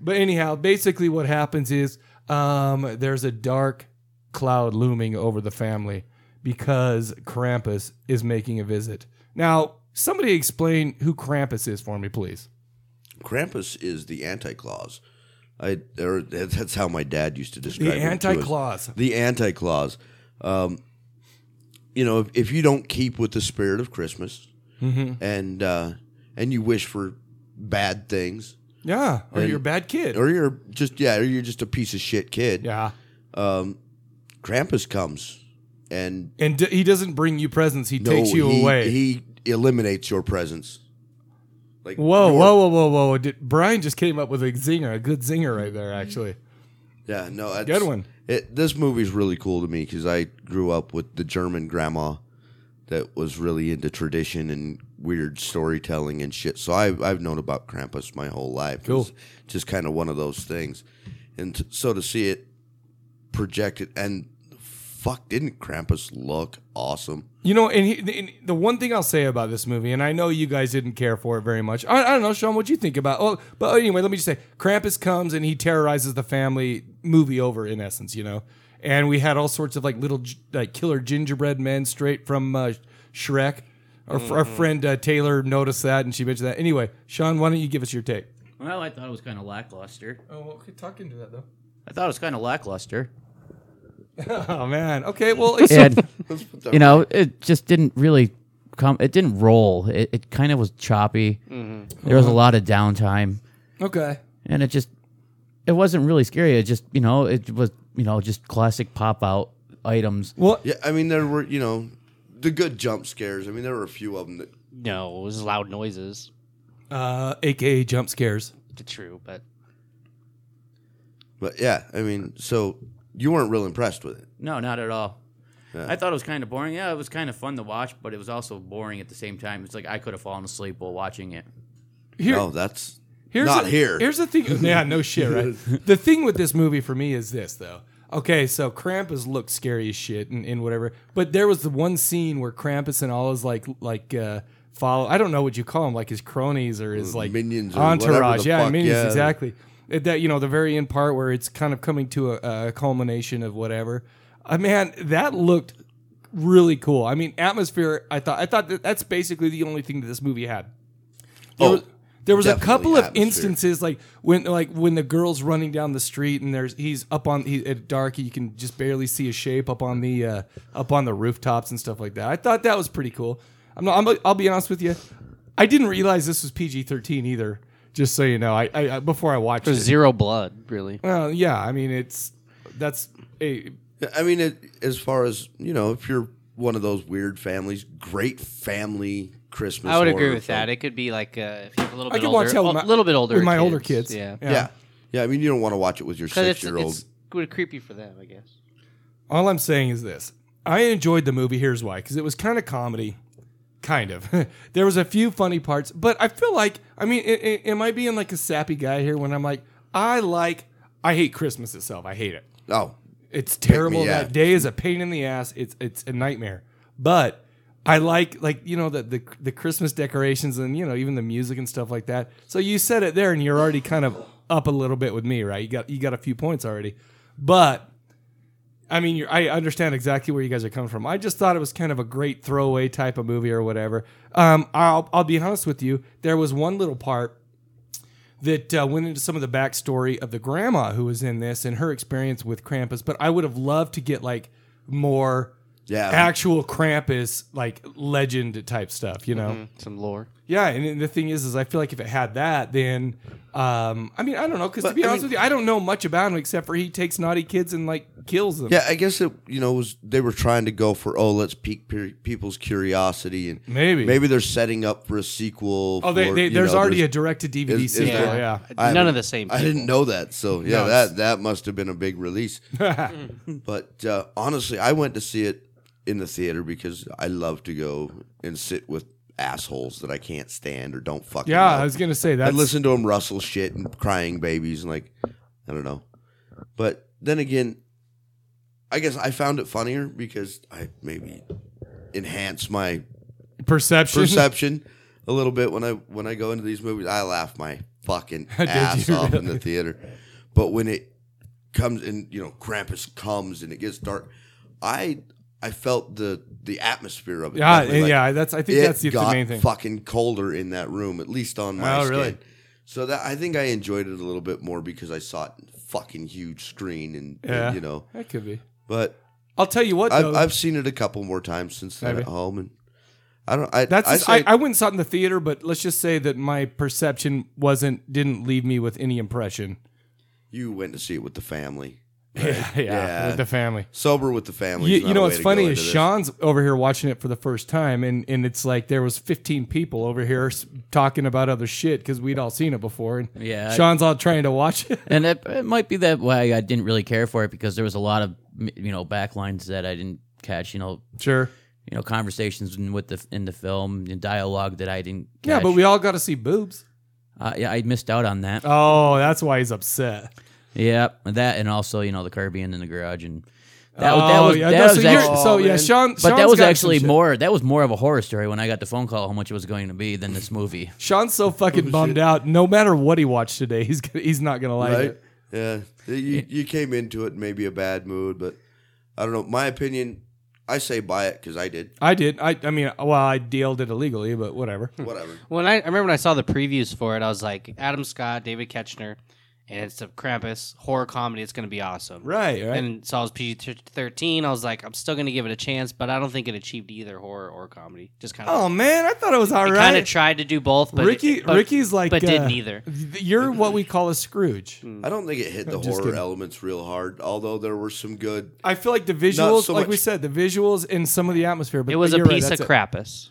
S1: But anyhow, basically what happens is um, there's a dark cloud looming over the family because Krampus is making a visit. Now, somebody explain who Krampus is for me, please.
S3: Krampus is the Anti-Claus. I or that- that's how my dad used to describe him to us.
S1: Anti-Claus.
S3: The Anti-Claus. Um, you know, if, if you don't keep with the spirit of Christmas,
S1: Mhm.
S3: and uh, and you wish for bad things,
S1: Yeah, or
S3: and-
S1: you're a bad kid.
S3: or you're just yeah, or you're just a piece of shit kid.
S1: Yeah.
S3: Um, Krampus comes and
S1: and d- he doesn't bring you presents; he
S3: no,
S1: takes you
S3: he-
S1: away.
S3: He eliminates your presence. Like
S1: whoa,
S3: your-
S1: whoa, whoa, whoa, whoa! Did, Brian just came up with a zinger, a good zinger right there, actually.
S3: Yeah, no, that's,
S1: Good one.
S3: It, this movie's really cool to me because I grew up with the German grandma that was really into tradition and weird storytelling and shit. So I, I've known about Krampus my whole life. Cool. just kind of one of those things. And t- so to see it projected, and fuck, didn't Krampus look awesome?
S1: You know, and, he, and the one thing I'll say about this movie, and I know you guys didn't care for it very much. I, I don't know, Sean, what you think about? Oh, but anyway, let me just say, Krampus comes and he terrorizes the family. Movie over, in essence, you know. And we had all sorts of like little gi- like killer gingerbread men straight from uh, Shrek. Our, f- our
S6: Mhm.
S1: friend uh, Taylor noticed that and she mentioned that. Anyway, Sean, why don't you give us your take?
S6: Well, I thought it was kind of lackluster.
S1: Oh, well, talk into that though.
S6: I thought it was kind of lackluster.
S1: oh man. Okay. Well,
S4: And, you know, it just didn't really come. It didn't roll. It, it kind of was choppy.
S1: Mhm.
S6: Mm-hmm.
S4: There was a
S1: Uh-huh.
S4: lot of downtime.
S1: Okay.
S4: And it just, it wasn't really scary. It just, you know, it was, you know, just classic pop out items.
S1: Well,
S3: yeah, I mean, there were, you know, the good jump scares. I mean, there were a few of them that.
S16: No, it was loud noises.
S1: Uh, AKA jump scares.
S16: True, but
S3: But yeah, I mean, so you weren't real impressed with it.
S6: No, not at all.
S3: Yeah.
S6: I thought it was kind of boring. Yeah, it was kind of fun to watch, but it was also boring at the same time. It's like I could have fallen asleep while watching it.
S1: Here-
S3: no, that's
S1: Here's
S3: not
S1: the,
S3: here.
S1: Here's the thing. Yeah, no shit, right? the thing with this movie for me is this though. Okay, so Krampus looked scary as shit and, and whatever, but there was the one scene where Krampus and all his like like uh follow. I don't know what you call him, like his cronies or his
S3: Uh,
S1: like
S3: minions or whatever
S1: entourage.
S3: the
S1: Yeah,
S3: fuck,
S1: minions
S3: yeah.
S1: exactly. At that you know the very end part where it's kind of coming to a, a culmination of whatever. Uh, man, that looked really cool. I mean, atmosphere. I thought I thought that that's basically the only thing that this movie had. There
S3: Oh,
S1: was, there was a
S3: definitely
S1: couple of
S3: atmosphere.
S1: instances like when like when the girl's running down the street and there's he's up on he, at dark you can just barely see his shape up on the uh, up on the rooftops and stuff like that. I thought that was pretty cool. I'm not. I'm, I'll be honest with you. I didn't realize this was PG-13 either. Just so you know, I, I I- before I watched
S16: there's
S1: it.
S16: zero blood, really.
S1: Well, yeah. I mean, it's that's a
S3: I mean, it, as far as you know, if you're one of those weird families, great family Christmas.
S16: I would agree
S3: horror
S16: with
S3: film.
S16: that. It could be like uh, if you have a little
S1: I
S16: bit
S1: could
S16: older,
S1: watch that with
S16: a
S1: my-
S16: little bit older
S1: with my older kids.
S16: Yeah,
S3: Yeah. yeah, I mean, you don't want to watch it with your
S16: because it's,
S3: six year old.
S16: it's good creepy for them, I guess.
S1: All I'm saying is this. I enjoyed the movie. Here's why. Because it was kind of comedy. Kind of. there was a few funny parts, but I feel like, I mean, it, it, am I being like a sappy guy here when I'm like, I like, I hate Christmas itself. I hate it.
S3: Oh.
S1: It's terrible.
S3: yeah.
S1: That day is a pain in the ass. It's it's a nightmare. But I like like you know the, the the Christmas decorations and you know even the music and stuff like that. So you said it there and you're already kind of up a little bit with me, right? You got you got a few points already. But I mean, you're, I understand exactly where you guys are coming from. I just thought it was kind of a great throwaway type of movie or whatever. Um, I'll, I'll be honest with you. There was one little part that uh, went into some of the backstory of the grandma who was in this and her experience with Krampus. But I would have loved to get like more
S3: Yeah.
S1: actual Krampus, like legend type stuff, you know?
S3: Mm-hmm.
S16: Some lore.
S1: Yeah, and, and the thing is, is I feel like if it had that, then um, I mean, I don't know, because to be honest with you, I don't know much about him except for he takes naughty kids and like kills them.
S3: Yeah, I guess it. You know, was they were trying to go for oh, let's pique pe- people's curiosity and
S1: Maybe.
S3: maybe they're setting up for a sequel.
S1: Oh, they-
S3: for,
S1: they-
S3: you
S1: there's
S3: know,
S1: already a direct-to-DVD
S3: is- is
S1: sequel,
S3: there-
S1: yeah.
S3: I
S16: None of
S3: haven't-
S16: the same
S3: I didn't
S16: people.
S3: know that, so yeah,
S16: No.
S3: that that must have been a big release.
S1: Mm.
S3: but uh, honestly, I went to see it in the theater because I love to go and sit with assholes that I can't stand or don't fucking.
S1: Yeah,
S3: know.
S1: I was gonna say,
S3: And
S1: that's-
S3: listen to them rustle shit and crying babies and like, I don't know. But then again, I guess I found it funnier because I maybe enhanced my
S1: Perception.
S3: perception a little bit when I when I go into these movies. I laugh my fucking
S1: Did
S3: ass
S1: you
S3: off in the
S1: really?
S3: theater. But when it comes and you know Krampus comes and it gets dark, I I felt the the atmosphere of it.
S1: Yeah,
S3: definitely,
S1: yeah, that's- I think
S3: it
S1: that's the- the
S3: got
S1: main thing.
S3: Fucking colder in that room, at least on my
S1: Oh,
S3: skin.
S1: really?
S3: So that I think I enjoyed it a little bit more because I saw it in fucking huge screen and, and,
S1: Yeah, uh,
S3: you know
S1: that could be.
S3: But
S1: I'll tell you what,
S3: I've,
S1: though.
S3: I've seen it a couple more times since then
S1: Have
S3: at
S1: you?
S3: home and. I don't. I,
S1: That's
S3: I
S1: just-
S3: say-
S1: I, I went and saw it in the theater, but let's just say that my perception wasn't didn't leave me with any impression.
S3: You went to see it with the family.
S1: Yeah, yeah, with the family.
S3: Sober with the family.
S1: You,
S3: is
S1: you
S3: not
S1: know
S3: a
S1: what's
S3: way to
S1: funny
S3: go
S1: is
S3: into this.
S1: Sean's over here watching it for the first time, and and it's like there was 15 people over here s- talking about other shit because we'd all seen it before, and
S6: Yeah.
S1: Sean's all trying to watch it.
S6: and it, it might be that why I didn't really care for it because there was a lot of m- you know backlines that I didn't catch. You know,
S1: Sure.
S6: you know conversations in, with the in the film and dialogue that I didn't. Catch.
S1: Yeah, but we all got to see boobs.
S6: Uh, yeah, I missed out on that.
S1: Oh, that's why he's upset.
S6: Yeah, that and also you know the car being in the garage and that,
S1: Oh,
S6: was that was
S1: yeah,
S6: that
S1: no,
S6: was
S1: so you're-
S6: actually,
S1: so, yeah, Oh, Sean-
S6: but that
S1: Sean's
S6: was
S1: got
S6: actually
S1: some shit.
S6: more that was more of a horror story when I got the phone call how much it was going to be than this movie.
S1: Sean's so
S6: Oh,
S1: fucking bummed out. No matter what he watched today, he's gonna, he's not gonna like
S3: right?
S1: it.
S3: Yeah, you you came into it in maybe a bad mood, but I don't know. My opinion, I say buy it because I did.
S1: I did. I I mean, well, I dealed it illegally, but whatever.
S16: Hmm.
S3: Whatever.
S16: When I, I remember when I saw the previews for it, I was like, Adam Scott, David Ketchner, and it's a Krampus horror comedy. It's going to be awesome.
S1: Right, right.
S16: And so I was PG 13. I was like, I'm still going to give it a chance, but I don't think it achieved either horror or comedy. Just kind of.
S1: Oh man, I thought it was all right.
S16: kind of tried to do both, but
S1: Ricky,
S16: but-
S1: Ricky's like,
S16: but
S1: uh,
S16: didn't either. Hmm.
S1: th- You're what we call a Scrooge.
S3: I don't think it hit the
S1: I'm just
S3: horror
S1: kidding.
S3: elements real hard, although there were some good.
S1: I feel like the
S3: Not
S1: visuals,
S3: so
S1: like we
S3: much-
S1: said, the visuals and some of the atmosphere. But
S16: It was a
S1: you're right,
S16: piece
S1: that's
S16: of
S1: it.
S16: Krampus.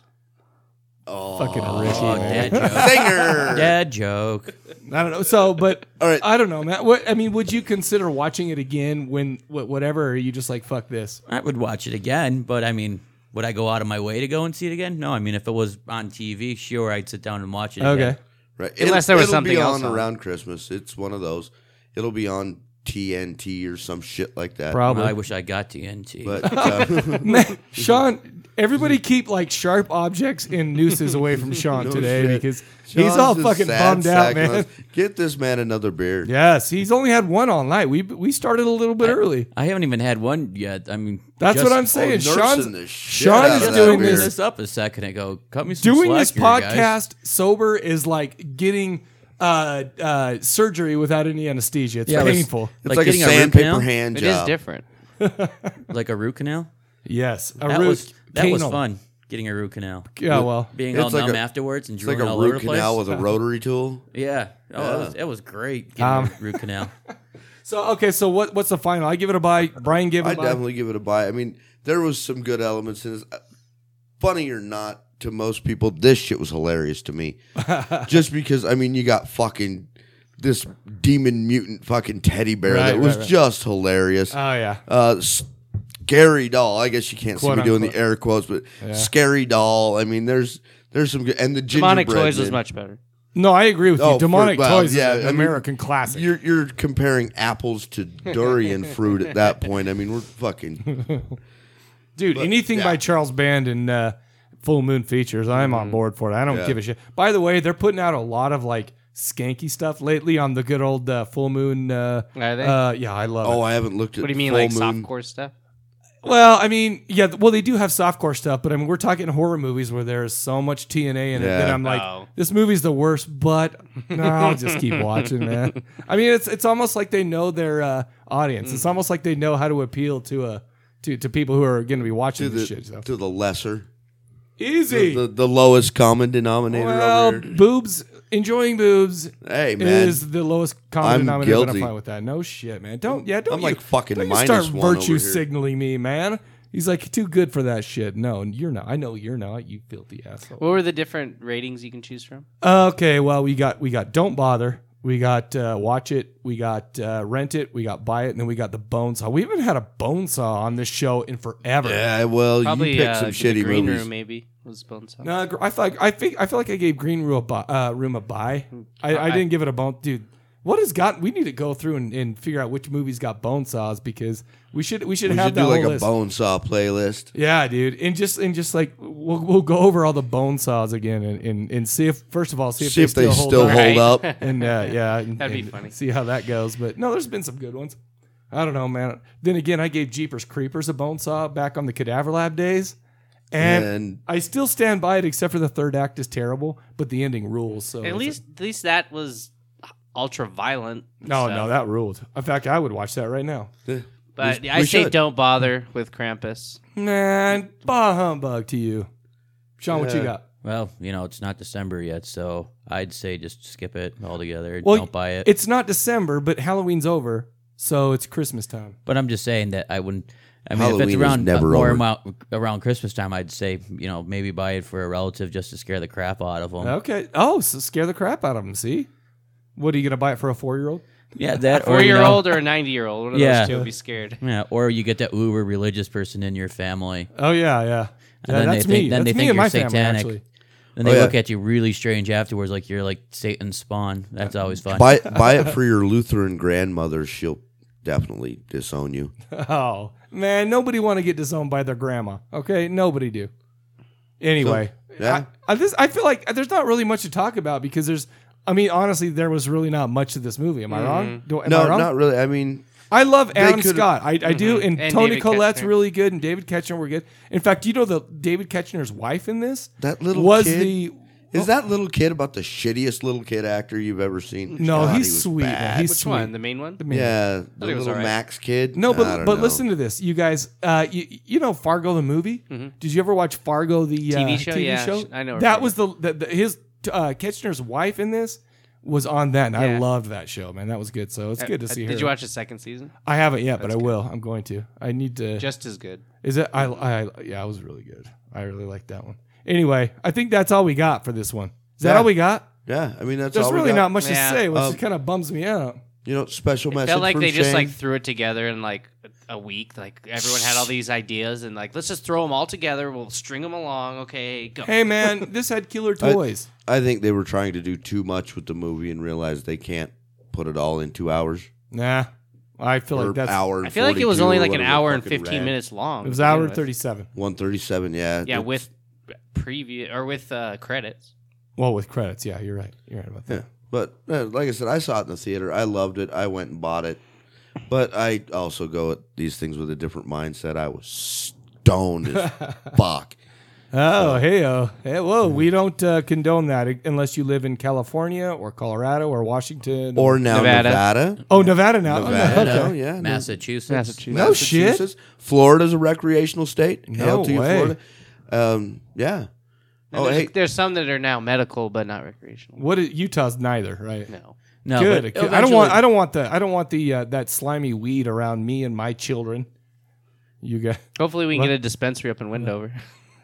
S3: Oh,
S1: Fucking Ricky, man.
S3: Singer.
S6: Dad joke.
S1: I don't know. So, but
S3: All right.
S1: I don't know, Matt. What I mean, would you consider watching it again when wh- whatever? Or are you just like fuck this?
S6: I would watch it again, but I mean, would I go out of my way to go and see it again? No, I mean, if it was on TV, sure, I'd sit down and watch it. again.
S3: Right.
S16: Unless there was
S3: it'll
S16: something
S3: be
S16: else
S3: on
S16: on.
S3: around Christmas. It's one of those. It'll be on TNT or some shit like that.
S1: Probably.
S6: I wish I got TNT.
S3: But uh,
S1: Man, Sean, everybody keep like sharp objects and nooses away from Sean
S3: no
S1: today
S3: shit.
S1: because
S3: Sean's
S1: he's all
S3: just
S1: fucking
S3: sad
S1: bummed out,
S3: sacking
S1: man.
S3: us. Get this man another beer.
S1: Yes, he's only had one all night. We we started a little bit early.
S6: I haven't even had one yet. I mean,
S1: That's
S6: just-
S1: what I'm saying.
S3: nursing Oh, the
S1: Sean's,
S3: shit
S1: Sean
S3: out
S1: is
S3: of that
S1: doing
S3: beer.
S1: this
S6: this up a second ago. Cut me some
S1: doing
S6: slack
S1: this
S6: here, guys.
S1: podcast sober is like getting uh, uh, surgery without any anesthesia. It's
S6: Yeah, it's-
S1: painful.
S3: It's like, a
S6: getting a root canal?
S3: sandpaper hand
S16: It
S3: job.
S16: is different.
S6: like a root canal.
S1: yes, a
S6: that
S1: root
S6: was that was
S1: canal.
S6: fun. Getting a root canal.
S1: Yeah, well,
S6: being
S3: It's
S6: all
S3: like
S6: numb
S3: a-
S6: afterwards and
S3: It's like
S6: drooling
S3: a
S6: all over
S3: root
S6: the place.
S3: canal with a rotary tool.
S6: yeah. Oh, That, was, that was great. Getting
S1: Um,
S6: a root canal.
S1: so okay, so what what's the final? I give it a buy. Brian give it
S3: I
S1: a buy.
S3: definitely give it a buy. I mean, there was some good elements in this. Uh, Funny or not, to most people, this shit was hilarious to me. Just because, I mean, you got fucking this demon mutant fucking teddy bear
S1: Right,
S3: that was
S1: right, right.
S3: just hilarious.
S1: Oh, yeah.
S3: uh, scary doll. I guess you can't
S1: Quote,
S3: see me doing the
S1: unquote.
S3: air quotes, but
S1: Yeah.
S3: scary doll. I mean, there's there's some good and the
S16: Demonic
S3: gingerbread
S16: Toys was
S3: man.
S16: much better.
S1: no, I agree with you.
S3: Oh, for-
S1: Demonic
S3: well,
S1: Toys
S3: yeah,
S1: is an
S3: I mean,
S1: American classic.
S3: You're you're comparing apples to durian fruit at that point. I mean, we're fucking
S1: Dude, anything
S3: yeah.
S1: by Charles Band and uh, Full Moon Features, I'm on board for it. I don't
S3: Yeah.
S1: give a shit. By the way, they're putting out a lot of like skanky stuff lately on the good old uh, Full Moon. Uh,
S16: Are they?
S1: uh, yeah, I love
S3: Oh,
S1: it.
S3: I haven't looked at
S16: What do you mean,
S3: full
S16: like
S3: moon.
S16: softcore stuff?
S1: Well, I mean, yeah, well, they do have softcore stuff, but I mean, we're talking horror movies where there is so much TNA in it that
S3: Yeah.
S1: I'm like,
S16: Oh.
S1: this movie's the worst, but no, I'll just keep watching, man. I mean, it's it's almost like they know their uh, audience. It's almost like they know how to appeal to a to, to people who are going to be watching
S3: to the
S1: this shit. So.
S3: to the lesser,
S1: Easy.
S3: the, the, the lowest common denominator
S1: Well,
S3: over here.
S1: boobs enjoying boobs
S3: Hey, man.
S1: is the lowest common
S3: I'm
S1: denominator. But I'm
S3: guilty.
S1: fine with that. No shit, man. Don't yeah. Don't
S3: I'm
S1: you-
S3: like fucking
S1: don't you
S3: minus
S1: start
S3: one
S1: virtue
S3: over here.
S1: signaling me, man. He's like too good for that shit. No, you're not. I know you're not. You filthy asshole.
S16: What were the different ratings you can choose from?
S1: Okay, well we got we got don't bother. We got uh, watch it. We got uh, rent it. We got buy it, and then we got the bone saw. We haven't had a bone saw on this show in forever.
S3: Yeah, well,
S16: Probably
S3: you pick
S16: uh,
S3: some
S16: the
S3: shitty
S16: Green
S3: movies.
S16: Room, maybe was Bones Up.
S1: No, gr- I feel like I think I feel like I gave Green Room a buy, uh, room a buy. I, I
S16: I-
S1: didn't give it a bone, dude. What has got? We need to go through and, and figure out which movies got bone saws because we should we should
S3: We
S1: have
S3: should
S1: that
S3: do like
S1: whole
S3: a
S1: list.
S3: bone saw playlist.
S1: Yeah, dude, and just and just like we'll, we'll go over all the bone saws again and, and, and see if first of all see if
S3: See
S1: they
S3: if they
S1: still,
S3: still
S1: hold,
S3: hold
S1: up.
S3: up.
S1: and uh, yeah, and-
S16: That'd be
S1: and
S16: funny.
S1: See how that goes, but no, there's been some good ones. I don't know, man. Then again, I gave Jeepers Creepers a bone saw back on the Cadaver Lab days, and,
S3: And-
S1: I still stand by it, except for the third act is terrible, but the ending rules. So
S16: At
S1: it's
S16: least, at least that was ultra violent.
S1: a- no,
S16: so-
S1: no, that ruled. In fact, I would watch that right now.
S3: Yeah.
S16: But
S3: We-
S16: I
S3: we
S16: say
S3: should.
S16: don't bother with Krampus.
S1: Man, bah humbug to you, Sean. What you
S3: Yeah.
S1: got?
S6: Well, you know, it's not December yet, so I'd say just skip it altogether.
S1: Well,
S6: Don't buy it.
S1: It's not December, but Halloween's over, so it's Christmas time.
S6: But I'm just saying that I wouldn't. I mean, if
S3: Halloween
S6: it's
S3: is
S6: around uh,
S3: never
S6: more
S3: over.
S6: amount, around Christmas time, I'd say you know maybe buy it for a relative just to scare the crap out of them.
S1: Okay. Oh, so scare the crap out of them. See, what are you gonna buy it for a four year old?
S6: Yeah, that
S16: a
S6: or, you know-
S16: four-year-old or a 90-year-old. One of those two would be scared.
S6: Yeah, or you get that uber religious person in your family.
S1: Oh, yeah, yeah.
S6: And
S1: Yeah,
S6: then
S1: that's
S6: they think,
S1: me.
S6: Then
S1: That's
S6: they
S1: me
S6: think
S1: and
S6: you're
S1: my family,
S6: satanic.
S1: actually.
S6: and they
S3: Oh, yeah.
S6: look at you really strange afterwards, like you're like Satan's spawn. That's always fun.
S3: buy buy it for your Lutheran grandmother. She'll definitely disown you.
S1: Oh man, nobody want to get disowned by their grandma. Okay, nobody do. Anyway,
S3: So, yeah.
S1: I, I, this I feel like there's not really much to talk about because there's. I mean, honestly, there was really not much to this movie. Am I wrong?
S3: Mhm.
S1: Do, am
S3: no,
S1: I wrong?
S3: not really. I mean,
S1: I love
S3: they
S1: Adam
S3: could've-
S1: Scott. I, I do,
S3: Mhm.
S1: Mm-hmm. and,
S3: And
S1: Tony
S3: David
S1: Collette's
S3: Koechner.
S1: really good, and David Ketchner were good. In fact, you know the David Ketchner's wife in this
S3: That little
S1: was
S3: kid-
S1: the Oh.
S3: Is that little kid about the shittiest little kid actor you've ever seen?
S1: No,
S3: God,
S1: he's
S3: he was
S1: sweet, man.
S3: bad.
S1: He's Which sweet. one?
S16: The main one? The
S1: main
S3: yeah,
S1: one. I
S3: the
S1: think it was
S3: little
S1: all right.
S3: Max kid.
S1: No,
S3: I
S1: but
S3: don't
S1: but
S3: know.
S1: listen to this, you guys. Uh, you, you know Fargo the movie. Did you ever watch Fargo the uh,
S16: TV Mm-hmm. show? Yeah, sh- I know what
S1: that
S16: you're
S1: was the, the, the his uh, Kitchener's wife in this was on that, and I
S16: Yeah.
S1: loved that show, man. That was good. So it's
S16: Uh,
S1: good to
S16: uh,
S1: see her.
S16: did you watch the second season?
S1: I haven't yet, but I will. I'm going to. I need to.
S16: Just as good.
S1: Is it? I, I yeah, it was really good. I really liked that one. Anyway, I think that's all we got for this one. Is that
S3: Yeah.
S1: all we got?
S3: Yeah, I mean that's
S1: There's
S3: all we
S1: really
S3: got.
S1: not much
S16: Yeah.
S1: to say, which
S3: Um,
S1: kind of bums me out.
S3: You know, special
S16: It
S3: message.
S16: felt like
S3: from
S16: they just
S3: Shane.
S16: like threw it together in like a week. Like everyone had all these ideas and like let's just throw them all together. We'll string them along. Okay, go.
S1: Hey man, this had killer
S3: I-
S1: toys.
S3: I, think they were trying to do too much with the movie and realized they can't put it all in two hours.
S1: nah, I feel
S3: Or
S1: like that's
S3: hour.
S16: I feel like it was
S3: 42
S16: only
S3: or
S16: like an
S3: whatever
S16: hour and
S3: fucking
S16: 15
S3: ran.
S16: minutes long
S1: It was
S16: to begin
S1: hour
S16: with.
S1: and thirty-seven.
S3: One thirty-seven. Yeah.
S16: Yeah,
S3: It-
S16: with preview or with uh, credits.
S1: Well, with credits, yeah, you're right. You're right about that.
S3: Yeah. But uh, like I said, I saw it in the theater. I loved it. I went and bought it. But I also go at these things with a different mindset. I was stoned as fuck.
S1: Oh, hey, oh, hey, whoa! We don't uh, condone that unless you live in California or Colorado or Washington
S3: Or now Nevada. Nevada.
S1: Oh, Nevada now.
S3: Nevada.
S1: Okay.
S3: Oh, yeah.
S6: Massachusetts.
S1: No shit.
S3: Massachusetts. Florida's a recreational state.
S1: No
S3: Hail to you,
S1: way.
S3: Florida. Um, yeah.
S16: And
S3: oh,
S16: there's,
S3: hey.
S16: there's some that are now medical but not recreational.
S1: What is, Utah's neither, right?
S16: No.
S6: No,
S1: Good.
S6: but
S1: I don't want.
S6: eventually-
S1: I don't want the. I don't want the uh, that slimy weed around me and my children. You got.
S16: Hopefully, we can
S1: What?
S16: get a dispensary up in Wendover.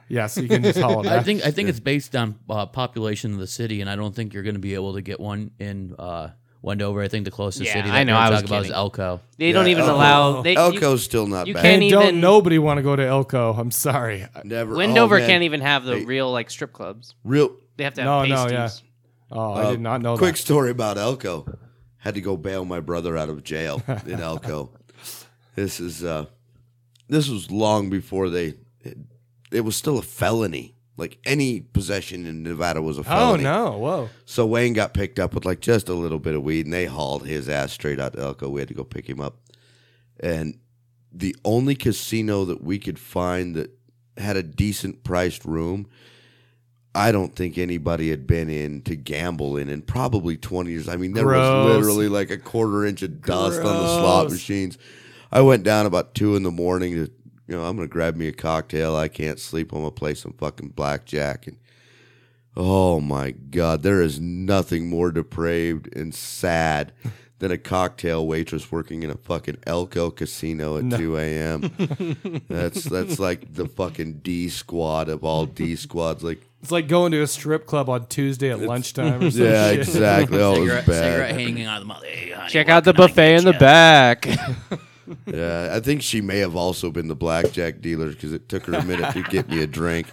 S1: Yeah, so you can just haul it
S6: I
S1: back.
S6: think I think it's based on uh, population of the city, and I don't think you're going to be able to get one in uh, Wendover. I think the closest
S16: Yeah,
S6: city that
S16: I know,
S6: we're
S16: I was
S6: talking about is
S16: kidding.
S6: Elko.
S16: They don't even
S3: Elko.
S16: allow- they- you-
S3: Elko's still not
S16: you
S3: bad.
S16: can't
S1: And don't
S16: even-
S1: nobody want to go to Elko. I'm sorry.
S3: Never.
S16: Wendover
S3: oh, man.
S16: can't even have the
S3: Hey,
S16: real like strip clubs.
S3: real.
S16: They have to
S1: No,
S16: have
S1: no,
S16: pasties.
S1: Oh, I
S3: uh,
S1: did not know
S3: Quick
S1: that.
S3: story about Elko. Had to go bail my brother out of jail in Elko. This is uh, this was long before they. It, was still a felony. Like any possession in Nevada was a
S1: Oh
S3: felony.
S1: no! Whoa.
S3: So Wayne got picked up with like just a little bit of weed, and they hauled his ass straight out to Elko. We had to go pick him up, and the only casino that we could find that had a decent priced room, I don't think anybody had been in to gamble in in probably twenty years. I mean, there
S1: Gross.
S3: was literally like a quarter inch of dust on the slot
S1: Gross.
S3: machines. I went down about two in the morning to, you know, I'm gonna grab me a cocktail. I can't sleep. I'm gonna play some fucking blackjack and. Oh my God, there is nothing more depraved and sad than a cocktail waitress working in a fucking Elko casino at
S1: No.
S3: 2 a.m. that's that's like the fucking D squad of all D squads. Like,
S1: It's like going to a strip club on Tuesday at lunchtime. Or some
S3: yeah,
S1: shit.
S3: exactly. Oh, it was
S6: Cigarette, cigarette
S3: bad.
S6: hanging out of the mouth. Hey, honey,
S16: Check
S6: what
S16: out the
S6: can I
S16: buffet
S6: get
S16: in the
S6: ya?
S16: back.
S3: Yeah, I think she may have also been the blackjack dealer because it took her a minute to get me a drink.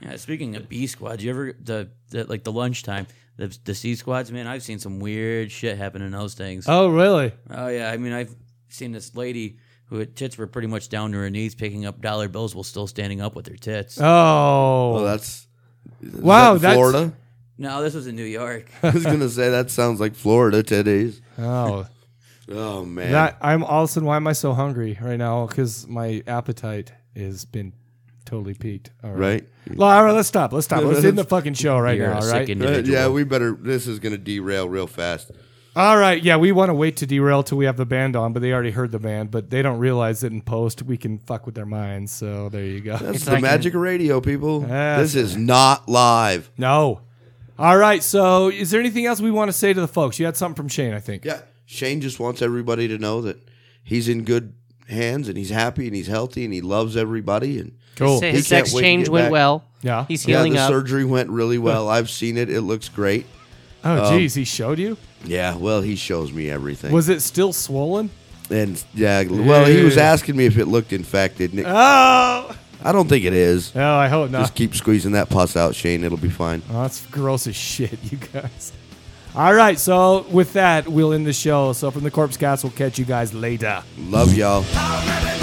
S6: Yeah, speaking of B squad, you ever the, the like the lunchtime the the C squads? Man, I've seen some weird shit happen in those things.
S1: Oh, really?
S6: Oh yeah, I mean I've seen this lady who her tits were pretty much down to her knees, picking up dollar bills while still standing up with her tits.
S1: Oh.
S3: Well, that's is
S1: Wow,
S3: that
S1: that's-
S3: Florida.
S6: No, this was in New York.
S3: I was gonna say that sounds like Florida today's.
S1: Oh.
S3: Oh man,
S1: That I'm all of a sudden. Why am I so hungry right now? Because my appetite has been totally peaked. All right.
S3: Right.
S1: Well, all right. Let's stop. Let's stop. Let's end the fucking show right
S6: You're
S1: now.
S6: a
S1: All
S6: sick
S1: right.
S6: individual.
S3: Uh, yeah, we better. This is gonna derail real fast.
S1: All right. Yeah, we want to wait to derail till we have the band on, but they already heard the band, but they don't realize that in post we can fuck with their minds. So there you go.
S3: That's the magic of radio, people.
S1: Yes.
S3: This is not live.
S1: No. All right. So is there anything else we want to say to the folks? You had something from Shane, I think.
S3: Yeah, Shane just wants everybody to know that he's in good hands and he's happy and he's healthy and he loves everybody and
S1: Cool.
S3: he
S16: His, his
S3: can't
S16: sex
S3: wait to
S16: change
S3: get
S16: went
S3: back.
S16: well.
S1: Yeah.
S16: he's
S3: Yeah,
S16: healing
S3: the
S16: up.
S3: surgery went really well. I've seen it. Um, It looks great.
S1: Oh,
S3: Um,
S1: geez. He showed you?
S3: Yeah, well, he shows me everything.
S1: Was it still swollen?
S3: And yeah, well, he was asking me if it looked infected. and it-
S1: Oh!
S3: I don't think it is.
S1: No, I hope not.
S3: Just keep squeezing that pus out, Shane. It'll be fine.
S1: Oh, that's gross as shit, you guys. All right, so with that, we'll end the show. So from the Corpse Cast, we'll catch you guys later.
S3: Love y'all.
S2: Living